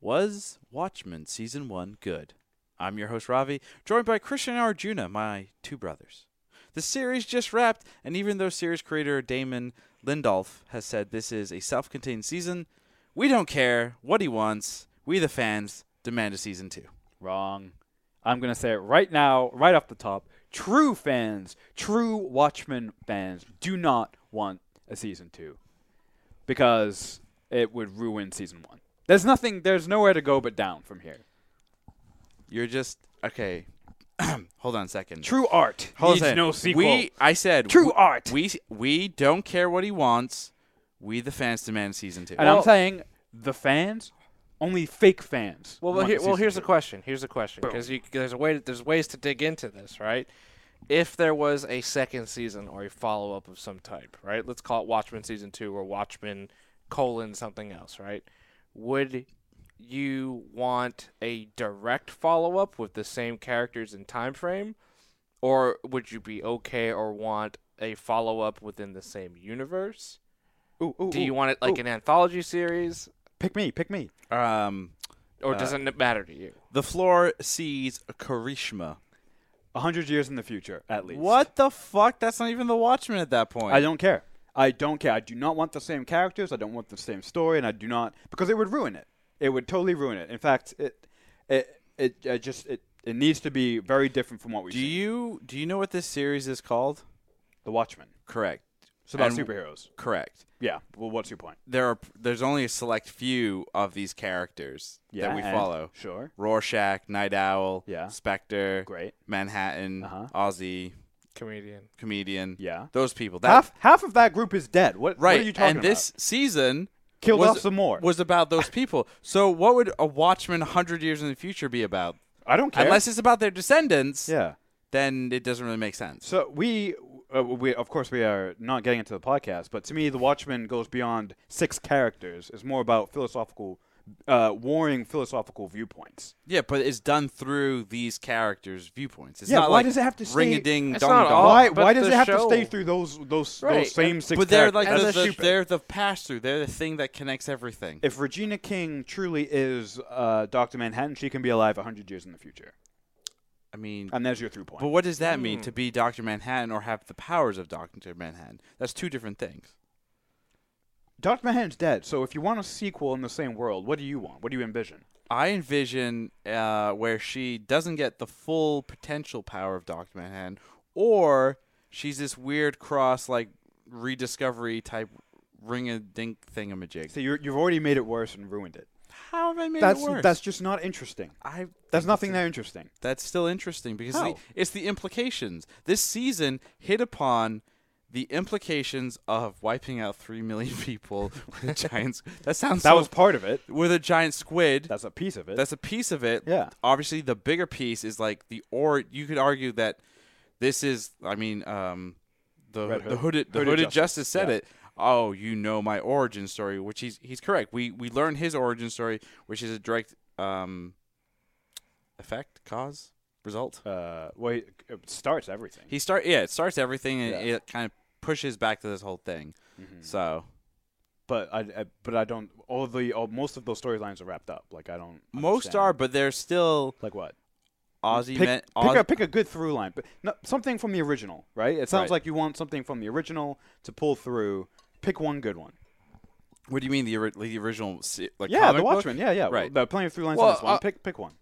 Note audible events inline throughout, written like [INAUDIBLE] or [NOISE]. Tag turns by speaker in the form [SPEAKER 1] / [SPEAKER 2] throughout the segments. [SPEAKER 1] Was Watchmen Season 1 good? I'm your host, Ravi, joined by Christian and Arjuna, my two brothers. The series just wrapped, and even though series creator Damon Lindolf has said this is a self contained season, we don't care what he wants. We, the fans, demand a season 2.
[SPEAKER 2] Wrong. I'm going to say it right now, right off the top. True fans, true Watchmen fans do not want a season two because it would ruin season one. There's nothing, there's nowhere to go but down from here.
[SPEAKER 1] You're just. Okay. [CLEARS THROAT] Hold on a second.
[SPEAKER 2] True art
[SPEAKER 1] Hold on a
[SPEAKER 2] needs
[SPEAKER 1] second.
[SPEAKER 2] no sequel.
[SPEAKER 1] We, I said.
[SPEAKER 2] True
[SPEAKER 1] we-
[SPEAKER 2] art.
[SPEAKER 1] We, we don't care what he wants. We, the fans, demand season 2.
[SPEAKER 2] and
[SPEAKER 1] Well,
[SPEAKER 2] I'm saying the fans, only fake fans.
[SPEAKER 3] Well, well,
[SPEAKER 2] want
[SPEAKER 3] here, well
[SPEAKER 2] season
[SPEAKER 3] here's
[SPEAKER 2] two.
[SPEAKER 3] the question. Here's the question because there's a way there's ways to dig into this, right? If there was a second season or a follow up of some type, right? Let's call it Watchmen season two or Watchmen colon something else, right? Would you want a direct follow up with the same characters and time frame, or would you be okay or want a follow up within the same universe?
[SPEAKER 2] Ooh, ooh,
[SPEAKER 3] Do
[SPEAKER 2] ooh.
[SPEAKER 3] you want it like
[SPEAKER 2] ooh.
[SPEAKER 3] an anthology series,
[SPEAKER 2] Pick me, pick me.
[SPEAKER 1] um,
[SPEAKER 3] or
[SPEAKER 2] Uh,
[SPEAKER 3] doesn't it matter to you?
[SPEAKER 1] the floor sees Karishma.
[SPEAKER 2] A hundred years in the future, at least.
[SPEAKER 1] What the fuck? That's not even the Watchmen at that point.
[SPEAKER 2] I don't care. I don't care. I do not want the same characters. I don't want the same story, and I do not because it would ruin it. It would totally ruin it. In fact, it it it, I just it, it needs to be very different from what we
[SPEAKER 1] Do you do you know what this series is called?
[SPEAKER 2] The Watchmen.
[SPEAKER 1] Correct.
[SPEAKER 2] It's about
[SPEAKER 1] And-
[SPEAKER 2] superheroes.
[SPEAKER 1] Correct.
[SPEAKER 2] Yeah. Well, what's your point?
[SPEAKER 1] There are there's only a select few of these characters that we
[SPEAKER 2] and-
[SPEAKER 1] follow.
[SPEAKER 2] Sure.
[SPEAKER 1] Rorschach, Night Owl,
[SPEAKER 2] Yeah.
[SPEAKER 1] Spectre,
[SPEAKER 2] Great.
[SPEAKER 1] Manhattan,
[SPEAKER 2] Uh-huh.
[SPEAKER 1] Aussie,
[SPEAKER 3] Comedian.
[SPEAKER 1] comedian.
[SPEAKER 2] Yeah.
[SPEAKER 1] Those people. That,
[SPEAKER 2] Half half of that group is dead. What
[SPEAKER 1] right.
[SPEAKER 2] What are you talking
[SPEAKER 1] and this season
[SPEAKER 2] Killed
[SPEAKER 1] was,
[SPEAKER 2] off some more.
[SPEAKER 1] was about those people. so what would a Watchmen 100 years in the future be about?
[SPEAKER 2] about? I don't care.
[SPEAKER 1] Unless it's about their descendants,
[SPEAKER 2] yeah.
[SPEAKER 1] then it doesn't really make sense.
[SPEAKER 2] So we, uh, we of course, we are not getting into the podcast, but to me, The Watchmen goes beyond six characters. It's more about philosophical, uh, warring philosophical viewpoints.
[SPEAKER 1] Yeah, but it's done through these characters' viewpoints. It's
[SPEAKER 2] Yeah,
[SPEAKER 1] not
[SPEAKER 2] why
[SPEAKER 1] like
[SPEAKER 2] does it have to stay-
[SPEAKER 1] ring a ding
[SPEAKER 3] It's
[SPEAKER 1] dong
[SPEAKER 3] not
[SPEAKER 1] dong?
[SPEAKER 3] all-
[SPEAKER 2] why?
[SPEAKER 3] Oh, but
[SPEAKER 2] Why does
[SPEAKER 3] the
[SPEAKER 2] it have to
[SPEAKER 3] show-
[SPEAKER 2] stay through those those
[SPEAKER 3] Right,
[SPEAKER 2] those same
[SPEAKER 3] and-
[SPEAKER 2] six?
[SPEAKER 1] But they're like
[SPEAKER 2] characters?
[SPEAKER 1] the,
[SPEAKER 3] That's
[SPEAKER 1] the,
[SPEAKER 3] stupid.
[SPEAKER 1] they're the pass through. They're the thing that connects everything.
[SPEAKER 2] if Regina King truly is uh, Doctor Manhattan, she can be alive hundred years in the future,
[SPEAKER 1] I mean,
[SPEAKER 2] and there's your through point.
[SPEAKER 1] but what does that
[SPEAKER 3] Hmm.
[SPEAKER 1] mean to be Doctor Manhattan or have the powers of Doctor Manhattan? That's two different things.
[SPEAKER 2] Doctor Manhattan's dead, so if you want a sequel in the same world, what do you want? What do you envision?
[SPEAKER 1] I envision uh, where she doesn't get the full potential power of Doctor Manhattan, or she's this weird cross like rediscovery type ring a dink thingamajig.
[SPEAKER 2] So you're, you've already made it worse and ruined it.
[SPEAKER 1] How have I made
[SPEAKER 2] that's
[SPEAKER 1] it worse?
[SPEAKER 2] that's just not interesting.
[SPEAKER 1] I
[SPEAKER 2] There's nothing there interesting.
[SPEAKER 1] that's still interesting because
[SPEAKER 2] How?
[SPEAKER 1] the, it's the implications. This season hit upon the implications of wiping out three million [LAUGHS] people with a giant. s- That sounds
[SPEAKER 2] That
[SPEAKER 1] so-
[SPEAKER 2] was part of it.
[SPEAKER 1] with a giant squid.
[SPEAKER 2] That's a piece of it.
[SPEAKER 1] That's a piece of it.
[SPEAKER 2] Yeah.
[SPEAKER 1] Obviously, the bigger piece is like the or. You could argue that this is. I mean, um, the
[SPEAKER 2] Red
[SPEAKER 1] the
[SPEAKER 2] Hood.
[SPEAKER 1] hooded the
[SPEAKER 2] Hooded
[SPEAKER 1] hooded
[SPEAKER 2] Justice,
[SPEAKER 1] justice said
[SPEAKER 2] yeah.
[SPEAKER 1] it. Oh, you know my origin story, which he's he's correct. We we learn his origin story, which is a direct um, effect, cause, result.
[SPEAKER 2] uh, well, it it starts everything.
[SPEAKER 1] He start yeah, it starts everything and
[SPEAKER 2] Yeah. Mm-hmm.
[SPEAKER 1] it kind of pushes back to this whole thing. So
[SPEAKER 2] but I, I, but I don't. All the all, most of those storylines are wrapped up. Like I don't.
[SPEAKER 1] most
[SPEAKER 2] understand.
[SPEAKER 1] are, but there's still
[SPEAKER 2] like what?
[SPEAKER 1] Aussie
[SPEAKER 2] Pick,
[SPEAKER 1] men.
[SPEAKER 2] pick,
[SPEAKER 1] Oz-
[SPEAKER 2] a, pick a good through line, but no, something from the original, right? It sounds
[SPEAKER 1] Right.
[SPEAKER 2] like you want something from the original to pull through. Pick one good one.
[SPEAKER 1] what do you mean the, ori- the original se- like
[SPEAKER 2] yeah,
[SPEAKER 1] comic
[SPEAKER 2] The
[SPEAKER 1] book?
[SPEAKER 2] Watchmen. Yeah, yeah.
[SPEAKER 1] Right.
[SPEAKER 2] There are plenty of through lines
[SPEAKER 3] Well,
[SPEAKER 2] on this one.
[SPEAKER 3] uh,
[SPEAKER 2] pick pick one.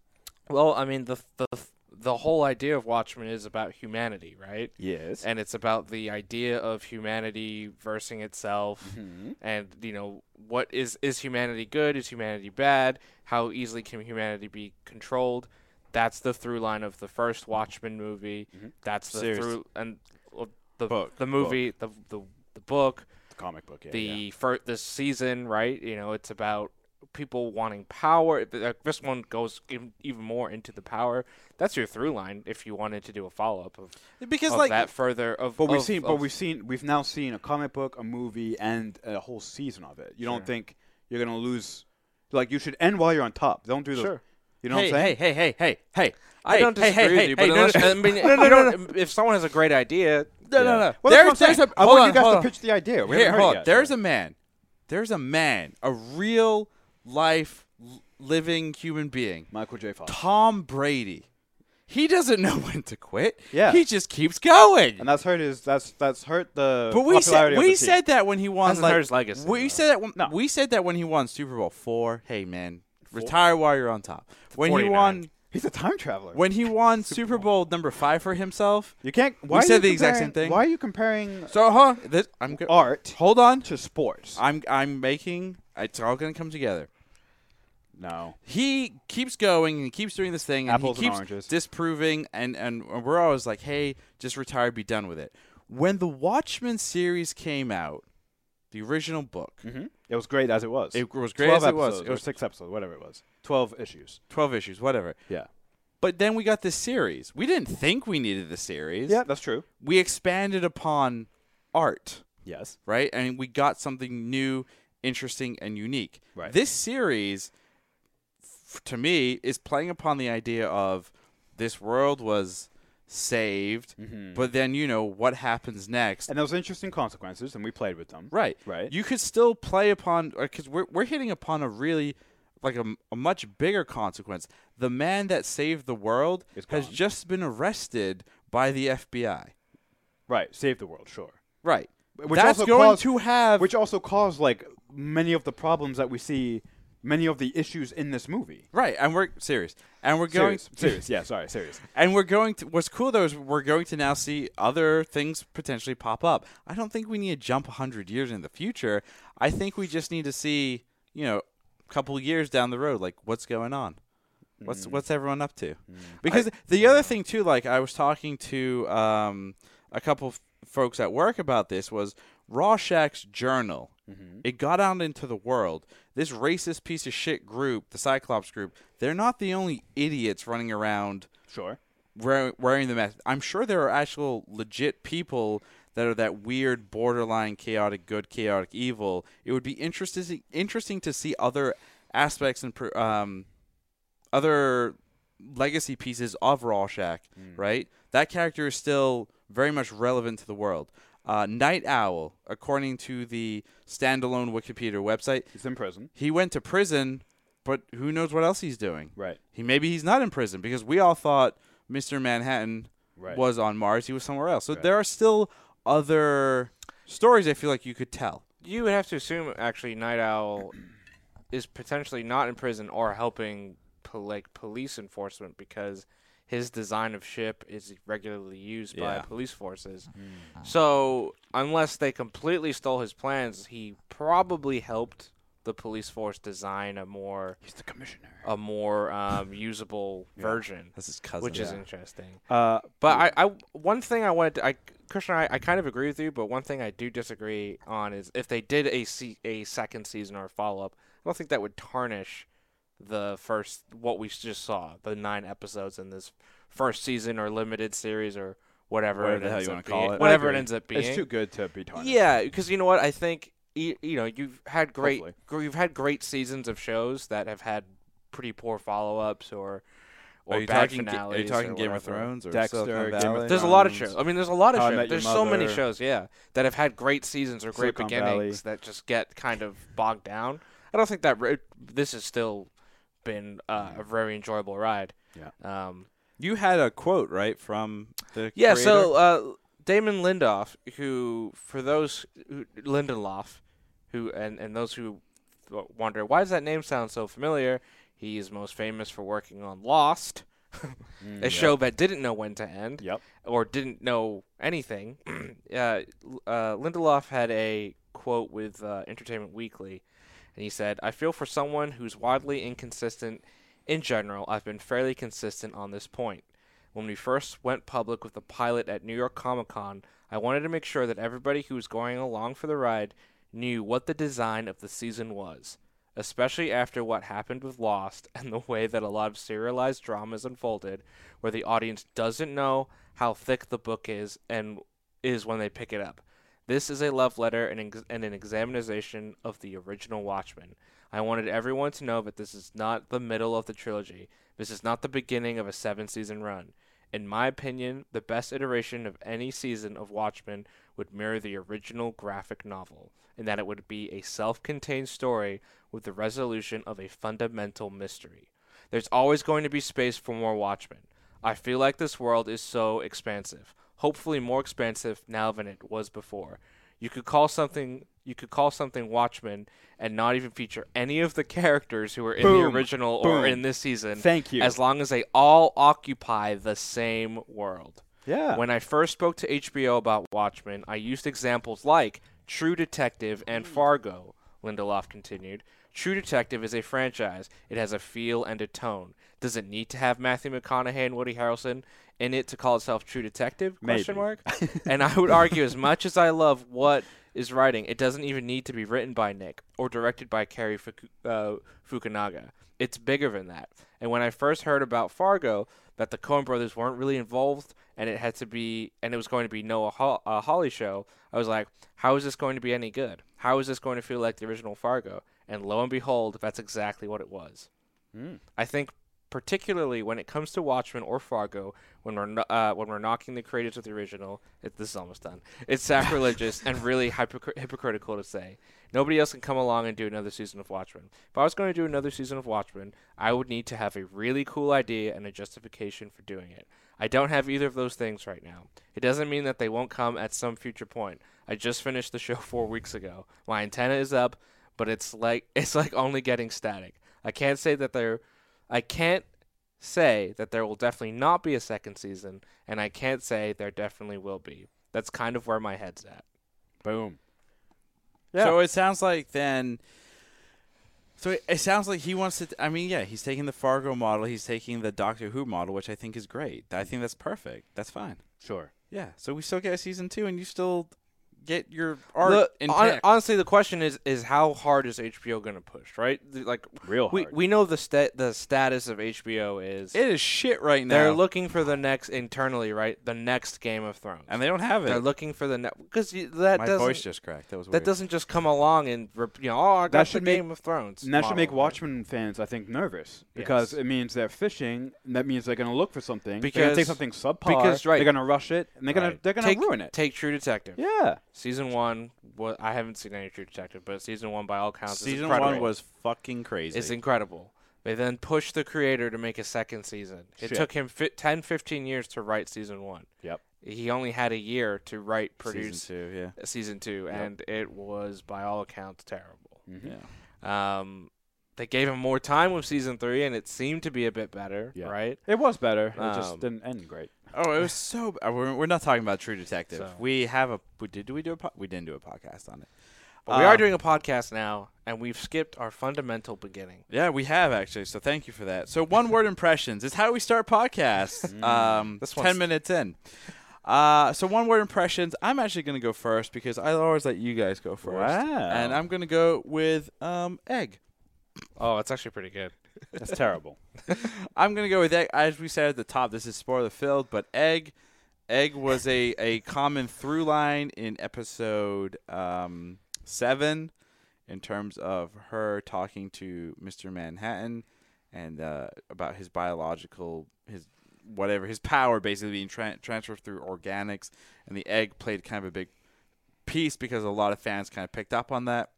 [SPEAKER 3] Well, I mean the the the whole idea of Watchmen is about humanity, right?
[SPEAKER 2] Yes.
[SPEAKER 3] And it's about the idea of humanity versing itself,
[SPEAKER 1] Mm-hmm.
[SPEAKER 3] and you know what is is humanity good? Is humanity bad? How easily can humanity be controlled? That's the through line of the first Watchmen movie. That's the
[SPEAKER 1] Mm-hmm. Series.
[SPEAKER 3] through and well, the
[SPEAKER 1] Book,
[SPEAKER 3] the movie the the the book
[SPEAKER 2] the comic book. Yeah,
[SPEAKER 3] the
[SPEAKER 2] yeah.
[SPEAKER 3] fir- this season, right? You know, it's about people wanting power. If- uh, This one goes ev- even more into the power. That's your through line if you wanted to do a follow up of,
[SPEAKER 1] because
[SPEAKER 3] of
[SPEAKER 1] like
[SPEAKER 3] that further. Of
[SPEAKER 2] But we've
[SPEAKER 3] of-
[SPEAKER 2] seen, but
[SPEAKER 3] of-
[SPEAKER 2] we've seen, we've now seen a comic book, a movie, and a whole season of it. You don't think you're gonna lose? Like you should end while you're on top. Don't do those.
[SPEAKER 3] Sure.
[SPEAKER 2] You know
[SPEAKER 1] hey,
[SPEAKER 2] what I'm
[SPEAKER 1] hey
[SPEAKER 2] saying?
[SPEAKER 1] hey hey hey hey.
[SPEAKER 3] I don't
[SPEAKER 1] hey, hey,
[SPEAKER 3] disagree with
[SPEAKER 1] hey,
[SPEAKER 3] you,
[SPEAKER 1] hey,
[SPEAKER 3] but
[SPEAKER 1] no,
[SPEAKER 3] unless,
[SPEAKER 1] no,
[SPEAKER 3] I mean,
[SPEAKER 1] no, no, no,
[SPEAKER 3] you
[SPEAKER 1] no.
[SPEAKER 3] don't- if someone has a great idea,
[SPEAKER 1] [LAUGHS] No, no, no.
[SPEAKER 2] Well,
[SPEAKER 1] there's
[SPEAKER 2] that's what I'm
[SPEAKER 1] there's
[SPEAKER 2] saying.
[SPEAKER 1] a
[SPEAKER 2] I
[SPEAKER 1] hold
[SPEAKER 2] want
[SPEAKER 1] on,
[SPEAKER 2] you guys
[SPEAKER 1] hold
[SPEAKER 2] to
[SPEAKER 1] on.
[SPEAKER 2] pitch the idea. We
[SPEAKER 1] Here,
[SPEAKER 2] haven't heard it
[SPEAKER 1] hold on.
[SPEAKER 2] yet.
[SPEAKER 1] There's a man. There's a man. A real life l- living human being,
[SPEAKER 2] Michael J. Fox.
[SPEAKER 1] Tom Brady. He doesn't know [LAUGHS] when to quit.
[SPEAKER 2] Yeah.
[SPEAKER 1] He just keeps going.
[SPEAKER 2] And that's hurt his that's that's hurt the
[SPEAKER 1] But we said
[SPEAKER 2] popularity of
[SPEAKER 1] we
[SPEAKER 2] the team.
[SPEAKER 1] said that when he won.
[SPEAKER 3] Hasn't
[SPEAKER 1] like,
[SPEAKER 3] hurt his legacy,
[SPEAKER 1] We
[SPEAKER 3] though.
[SPEAKER 1] said that when,
[SPEAKER 2] No.
[SPEAKER 1] we said that when he won Super Bowl four. Hey man, retire while you're on top. When he
[SPEAKER 3] 49.
[SPEAKER 1] won,
[SPEAKER 2] he's a time traveler.
[SPEAKER 1] when he won Super Bowl number five for himself.
[SPEAKER 2] you can't why are
[SPEAKER 1] said
[SPEAKER 2] you
[SPEAKER 1] the exact same
[SPEAKER 2] comparing-
[SPEAKER 1] thing.
[SPEAKER 2] Why are you comparing
[SPEAKER 1] So huh? This, I'm go-
[SPEAKER 2] art
[SPEAKER 1] hold on.
[SPEAKER 2] to sports?
[SPEAKER 1] I'm I'm making. It's all gonna come together.
[SPEAKER 2] no.
[SPEAKER 1] he keeps going and keeps doing this thing and
[SPEAKER 2] Apples
[SPEAKER 1] he
[SPEAKER 2] and
[SPEAKER 1] keeps
[SPEAKER 2] oranges.
[SPEAKER 1] disproving and and we're always like hey just retire be done with it when the watchmen series came out the original book
[SPEAKER 2] Mm-hmm. It was great as it was.
[SPEAKER 1] it was great
[SPEAKER 2] 12
[SPEAKER 1] as it
[SPEAKER 2] episodes,
[SPEAKER 1] was it
[SPEAKER 2] or
[SPEAKER 1] was
[SPEAKER 2] six episodes, whatever it was. Twelve issues.
[SPEAKER 1] 12 issues whatever
[SPEAKER 2] Yeah.
[SPEAKER 1] but then we got this series we didn't think we needed the series
[SPEAKER 2] Yeah, that's true.
[SPEAKER 1] we expanded upon art
[SPEAKER 2] Yes.
[SPEAKER 1] right? And we got something new, interesting, and unique.
[SPEAKER 2] Right.
[SPEAKER 1] This series, f- to me, is playing upon the idea of this world was saved, but then you know what happens next.
[SPEAKER 2] Mm-hmm. And there was interesting consequences, and we played with them.
[SPEAKER 1] Right.
[SPEAKER 2] Right.
[SPEAKER 1] You could still play upon because we're we're hitting upon a really like a, m- a much bigger consequence. The man that saved the world
[SPEAKER 2] Is
[SPEAKER 1] has
[SPEAKER 2] gone.
[SPEAKER 1] just been arrested by the FBI.
[SPEAKER 2] Right. Save the world, sure.
[SPEAKER 1] Right.
[SPEAKER 2] Which
[SPEAKER 1] That's
[SPEAKER 2] also
[SPEAKER 1] going
[SPEAKER 2] caused-
[SPEAKER 1] to have
[SPEAKER 2] Which also caused like many of the problems that we see, many of the issues in this movie.
[SPEAKER 1] right, and we're serious, and we're going
[SPEAKER 2] serious, serious. Yeah, sorry, serious.
[SPEAKER 1] And we're going to. What's cool though is we're going to now see other things potentially pop up. I don't think we need to jump hundred years in the future. I think we just need to see, you know, a couple years down the road, like what's going on, what's what's everyone up to. Because the other thing too, like I was talking to um, a couple f- folks at work about this was Rorschach's journal. It got out into the world. This racist piece of shit group, the Cyclops group, they're not the only idiots running around
[SPEAKER 2] Sure.
[SPEAKER 1] wearing, wearing the mask. I'm sure there are actual legit people that are that weird borderline chaotic good, chaotic evil. It would be interesting interesting to see other aspects and per- um, other legacy pieces of Rorschach. Right, that character is still very much relevant to the world. Uh, Night Owl, according to the standalone Wikipedia website,
[SPEAKER 2] He's in prison.
[SPEAKER 1] he went to prison, but who knows what else he's doing?
[SPEAKER 2] Right.
[SPEAKER 1] He maybe he's not in prison because we all thought Mr. Manhattan
[SPEAKER 2] Right.
[SPEAKER 1] was on Mars. He was somewhere else. So there are still other stories. I feel like you could tell.
[SPEAKER 3] You would have to assume actually Night Owl is potentially not in prison or helping pol- like police enforcement because his design of ship is regularly used
[SPEAKER 1] Yeah. Mm.
[SPEAKER 3] by police forces. So unless they completely stole his plans, he probably helped the police force design a more
[SPEAKER 2] He's the commissioner.
[SPEAKER 3] a more um, usable version,
[SPEAKER 1] That's his cousin.
[SPEAKER 3] which is interesting.
[SPEAKER 2] Uh,
[SPEAKER 3] But I, I, one thing I wanted to, I, Krishna, I, I kind of agree with you, but one thing I do disagree on is if they did a, se- a second season or a follow up, I don't think that would tarnish the first, what we just saw, the nine episodes in this first season or limited series or whatever.
[SPEAKER 1] Whatever the hell
[SPEAKER 3] ends
[SPEAKER 1] you
[SPEAKER 3] up
[SPEAKER 1] wanna call
[SPEAKER 3] being-
[SPEAKER 1] it.
[SPEAKER 3] Whatever
[SPEAKER 2] agree.
[SPEAKER 3] it ends up being.
[SPEAKER 2] it's too good to be tarnished.
[SPEAKER 3] Yeah, because you know what I think. You, you know, you've had great,
[SPEAKER 2] Hopefully.
[SPEAKER 3] gr- you've had great seasons of shows that have had pretty poor follow-ups or or
[SPEAKER 1] are you
[SPEAKER 3] bad
[SPEAKER 1] talking, Ga-
[SPEAKER 3] finales.
[SPEAKER 1] Are you talking
[SPEAKER 3] or
[SPEAKER 1] Game of
[SPEAKER 3] whatever.
[SPEAKER 1] Thrones or
[SPEAKER 2] Dexter,
[SPEAKER 1] Silicon
[SPEAKER 2] Game of
[SPEAKER 1] Valley?
[SPEAKER 3] There's a lot of
[SPEAKER 2] Thrones,
[SPEAKER 3] shows. I mean, there's a lot of
[SPEAKER 2] How I Met Your
[SPEAKER 3] shows. There's so many
[SPEAKER 2] Mother,
[SPEAKER 3] shows, yeah, that have had great seasons or great
[SPEAKER 2] Silicon
[SPEAKER 3] beginnings that just get kind of bogged down. I don't think that re- this has still been uh, a very enjoyable ride.
[SPEAKER 2] Yeah.
[SPEAKER 3] Um,
[SPEAKER 1] You had a quote right from the
[SPEAKER 3] yeah,
[SPEAKER 1] creator?
[SPEAKER 3] so uh, Damon Lindelof, who for those who, Lindelof, who and and those who w- wonder why does that name sound so familiar, he is most famous for working on Lost, a show that didn't know when to end
[SPEAKER 2] Yep.
[SPEAKER 3] or didn't know anything. [CLEARS THROAT] uh, L- uh, Lindelof had a quote with uh, Entertainment Weekly, and he said, "I feel for someone who's wildly inconsistent." In general, I've been fairly consistent on this point. When we first went public with the pilot at New York Comic Con, I wanted to make sure that everybody who was going along for the ride knew what the design of the season was, especially after what happened with Lost [LAUGHS] and the way that a lot of serialized dramas unfolded, where the audience doesn't know how thick the book is and is when they pick it up. This is a love letter and, ex- and an examination of the original Watchmen. I wanted everyone to know that this is not the middle of the trilogy. This is not the beginning of a seven season run. In my opinion, the best iteration of any season of Watchmen would mirror the original graphic novel, and that it would be a self contained story with the resolution of a fundamental mystery. There's always going to be space for more Watchmen. I feel like this world is so expansive, hopefully more expansive now than it was before. You could call something you could call something Watchmen and not even feature any of the characters who were in
[SPEAKER 2] Boom.
[SPEAKER 3] the original or
[SPEAKER 2] Boom.
[SPEAKER 3] in this season.
[SPEAKER 2] Thank you.
[SPEAKER 3] As long as they all occupy the same world.
[SPEAKER 2] yeah.
[SPEAKER 3] When I first spoke to HBO about Watchmen, I used examples like True Detective and Fargo, Lindelof continued. True Detective is a franchise. It has a feel and a tone. Does it need to have Matthew McConaughey and Woody Harrelson in it to call itself True Detective? Question
[SPEAKER 2] Maybe.
[SPEAKER 3] mark. [LAUGHS] and I would argue as much as I love what is writing, it doesn't even need to be written by Nick or directed by Kerry Fuku- uh, Fukunaga. It's bigger than that. And when I first heard about Fargo, that the Coen brothers weren't really involved and it had to be and it was going to be Noah Ho- uh, Hawley show, I was like, how is this going to be any good? How is this going to feel like the original Fargo? And lo and behold, that's exactly what it was. I think particularly when it comes to Watchmen or Fargo, when we're no- uh, when we're knocking the creators of the original, it, this is almost done. It's sacrilegious and really hypocr- hypocritical to say. Nobody else can come along and do another season of Watchmen. If I was going to do another season of Watchmen, I would need to have a really cool idea and a justification for doing it. I don't have either of those things right now. It doesn't mean that they won't come at some future point. I just finished the show [LAUGHS] four weeks ago. My antenna is up, but it's like [LAUGHS] it's like only getting static. I can't say that they're I can't say that there will definitely not be a second season, and I can't say there definitely will be. That's kind of where my head's at.
[SPEAKER 2] Boom. Yeah.
[SPEAKER 1] So it sounds like then. So it, it sounds like he wants to. I mean, yeah, he's taking the Fargo model. He's taking the Doctor Who model, which I think is great. I think that's perfect. That's fine.
[SPEAKER 2] sure.
[SPEAKER 1] Yeah. So we still get a season two, and you still get your art
[SPEAKER 3] Look, hon-
[SPEAKER 1] intact.
[SPEAKER 3] honestly, the question is is how hard is HBO going to push? Right? The- Like
[SPEAKER 2] Real
[SPEAKER 3] we
[SPEAKER 2] hard.
[SPEAKER 3] we know the sta- the status of HBO is
[SPEAKER 1] it is shit right now.
[SPEAKER 3] they're looking for the next internally, right? The next Game of Thrones,
[SPEAKER 1] and they don't have
[SPEAKER 3] they're
[SPEAKER 1] it.
[SPEAKER 3] looking for the next because that
[SPEAKER 1] My
[SPEAKER 3] doesn't
[SPEAKER 1] voice just cracked. That was
[SPEAKER 3] that
[SPEAKER 1] weird.
[SPEAKER 3] doesn't just come along and rep- you know oh I got the
[SPEAKER 2] should make-
[SPEAKER 3] Game of Thrones.
[SPEAKER 2] And that should make
[SPEAKER 3] model, right?
[SPEAKER 2] Watchmen fans, I think, nervous because
[SPEAKER 3] Yes.
[SPEAKER 2] it means they're fishing. And that means they're going to look for something. they're going to
[SPEAKER 3] Because-
[SPEAKER 2] take something subpar.
[SPEAKER 3] because, right.
[SPEAKER 2] they're going to rush it, and they're going to
[SPEAKER 3] Right.
[SPEAKER 2] they're going
[SPEAKER 3] Take-
[SPEAKER 2] to ruin it.
[SPEAKER 3] Take True Detective.
[SPEAKER 2] yeah.
[SPEAKER 3] Season one, wa I haven't seen any True Detective, but season one, by all counts, is
[SPEAKER 1] Season
[SPEAKER 3] incredible.
[SPEAKER 1] one was fucking crazy.
[SPEAKER 3] it's incredible. They then pushed the creator to make a second season. It
[SPEAKER 2] Shit.
[SPEAKER 3] took him fi- 10, 15 years to write season one.
[SPEAKER 2] Yep.
[SPEAKER 3] He only had a year to write, produce uh, season
[SPEAKER 1] season two? Yeah.
[SPEAKER 3] two, and it was by all accounts terrible.
[SPEAKER 1] Yeah.
[SPEAKER 3] Um, they gave him more time with season three, and it seemed to be a bit better,
[SPEAKER 2] Yeah.
[SPEAKER 3] right?
[SPEAKER 2] It was better. It just
[SPEAKER 3] Um,
[SPEAKER 2] didn't end great.
[SPEAKER 1] Oh, it was so. b- uh, We're, we're not talking about True Detective.
[SPEAKER 3] So-
[SPEAKER 1] We have a. We, did we do a? Po- we didn't do a podcast on it.
[SPEAKER 3] But we are
[SPEAKER 1] Um,
[SPEAKER 3] doing a podcast now, and we've skipped our fundamental beginning.
[SPEAKER 1] Yeah, we have actually. So thank you for that. So one word impressions is how we start [LAUGHS] podcasts. um,
[SPEAKER 3] This one's-
[SPEAKER 1] ten minutes in. Uh, so one word impressions. I'm actually gonna go first because I always let you guys go first.
[SPEAKER 2] Wow.
[SPEAKER 1] And I'm gonna go with um egg.
[SPEAKER 3] Oh, it's actually pretty good.
[SPEAKER 2] That's terrible.
[SPEAKER 1] [LAUGHS] I'm gonna go with egg. As we said at the top, this is spoiler filled, but egg, egg was a a common through line in episode um seven, in terms of her talking to Mister Manhattan, and uh, about his biological his whatever his power basically being tran transferred through organics, and the egg played kind of a big piece because a lot of fans kind of picked up on that.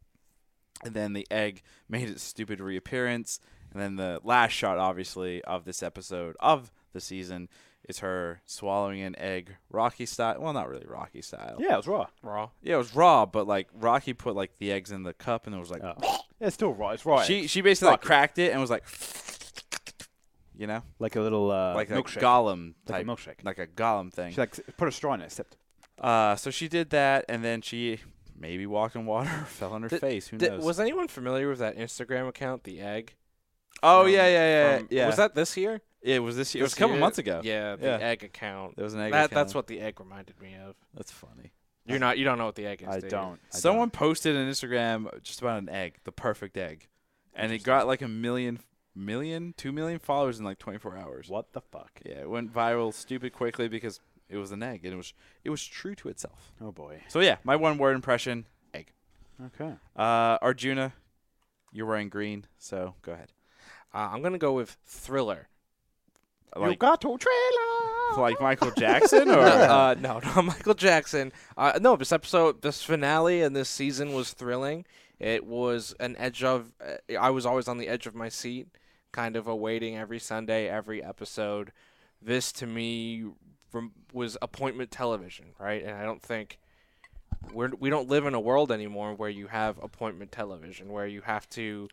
[SPEAKER 1] And then the egg made its stupid reappearance. And then the last shot, obviously, of this episode of the season is her swallowing an egg Rocky style. Well, not really Rocky style.
[SPEAKER 2] Yeah, it was raw.
[SPEAKER 3] Raw.
[SPEAKER 1] Yeah, it was raw, but like Rocky put like the eggs in the cup and it was like
[SPEAKER 2] It's still raw. It's raw.
[SPEAKER 1] she she basically like
[SPEAKER 2] Rocky.
[SPEAKER 1] cracked it and was like you know?
[SPEAKER 2] like a little uh,
[SPEAKER 1] Like a
[SPEAKER 2] milkshake.
[SPEAKER 1] golem
[SPEAKER 2] Like a
[SPEAKER 1] type
[SPEAKER 2] milkshake.
[SPEAKER 1] like a golem thing.
[SPEAKER 2] She like s- put a straw in it, sipped.
[SPEAKER 1] Uh so she did that and then she maybe walked in water [LAUGHS] or fell on her
[SPEAKER 3] Did-
[SPEAKER 1] face. Who
[SPEAKER 3] Did-
[SPEAKER 1] knows?
[SPEAKER 3] was anyone familiar with that Instagram account, the egg?
[SPEAKER 1] oh
[SPEAKER 3] from-
[SPEAKER 1] yeah, yeah, yeah.
[SPEAKER 3] from-
[SPEAKER 1] yeah.
[SPEAKER 3] Was that this year?
[SPEAKER 1] Yeah, it was this year. It was
[SPEAKER 3] This
[SPEAKER 1] a couple
[SPEAKER 3] year?
[SPEAKER 1] months ago.
[SPEAKER 3] Yeah, the
[SPEAKER 1] Yeah.
[SPEAKER 3] egg account.
[SPEAKER 1] There was an egg.
[SPEAKER 3] that that's
[SPEAKER 1] account.
[SPEAKER 3] what the egg reminded me of.
[SPEAKER 1] That's funny.
[SPEAKER 3] You're not you don't know what the egg is.
[SPEAKER 2] I
[SPEAKER 3] do you?
[SPEAKER 2] don't. I
[SPEAKER 1] Someone posted an Instagram just about an egg, the perfect egg, and it got like a million, million, two million followers in like 24 hours.
[SPEAKER 2] don't. What the fuck?
[SPEAKER 1] Yeah, it went viral stupid quickly because it was an egg and it was it was true to itself.
[SPEAKER 2] Oh boy.
[SPEAKER 1] So yeah, my one word impression: egg.
[SPEAKER 2] Okay.
[SPEAKER 1] Uh, Arjuna, you're wearing green, so go ahead. [LAUGHS]
[SPEAKER 3] Uh, I'm gonna go with thriller.
[SPEAKER 1] like
[SPEAKER 2] Elgato trailer.
[SPEAKER 1] like Michael Jackson
[SPEAKER 2] [LAUGHS]
[SPEAKER 1] or
[SPEAKER 3] uh, no, [LAUGHS] no, Michael Jackson. Uh, no, this episode, this finale, and this season was thrilling. It was an edge of. Uh, I was always on the edge of my seat, kind of awaiting every Sunday, every episode. This to me rem- was appointment television, right? And I don't think we're we don't live in a world anymore where you have appointment television, where you have to.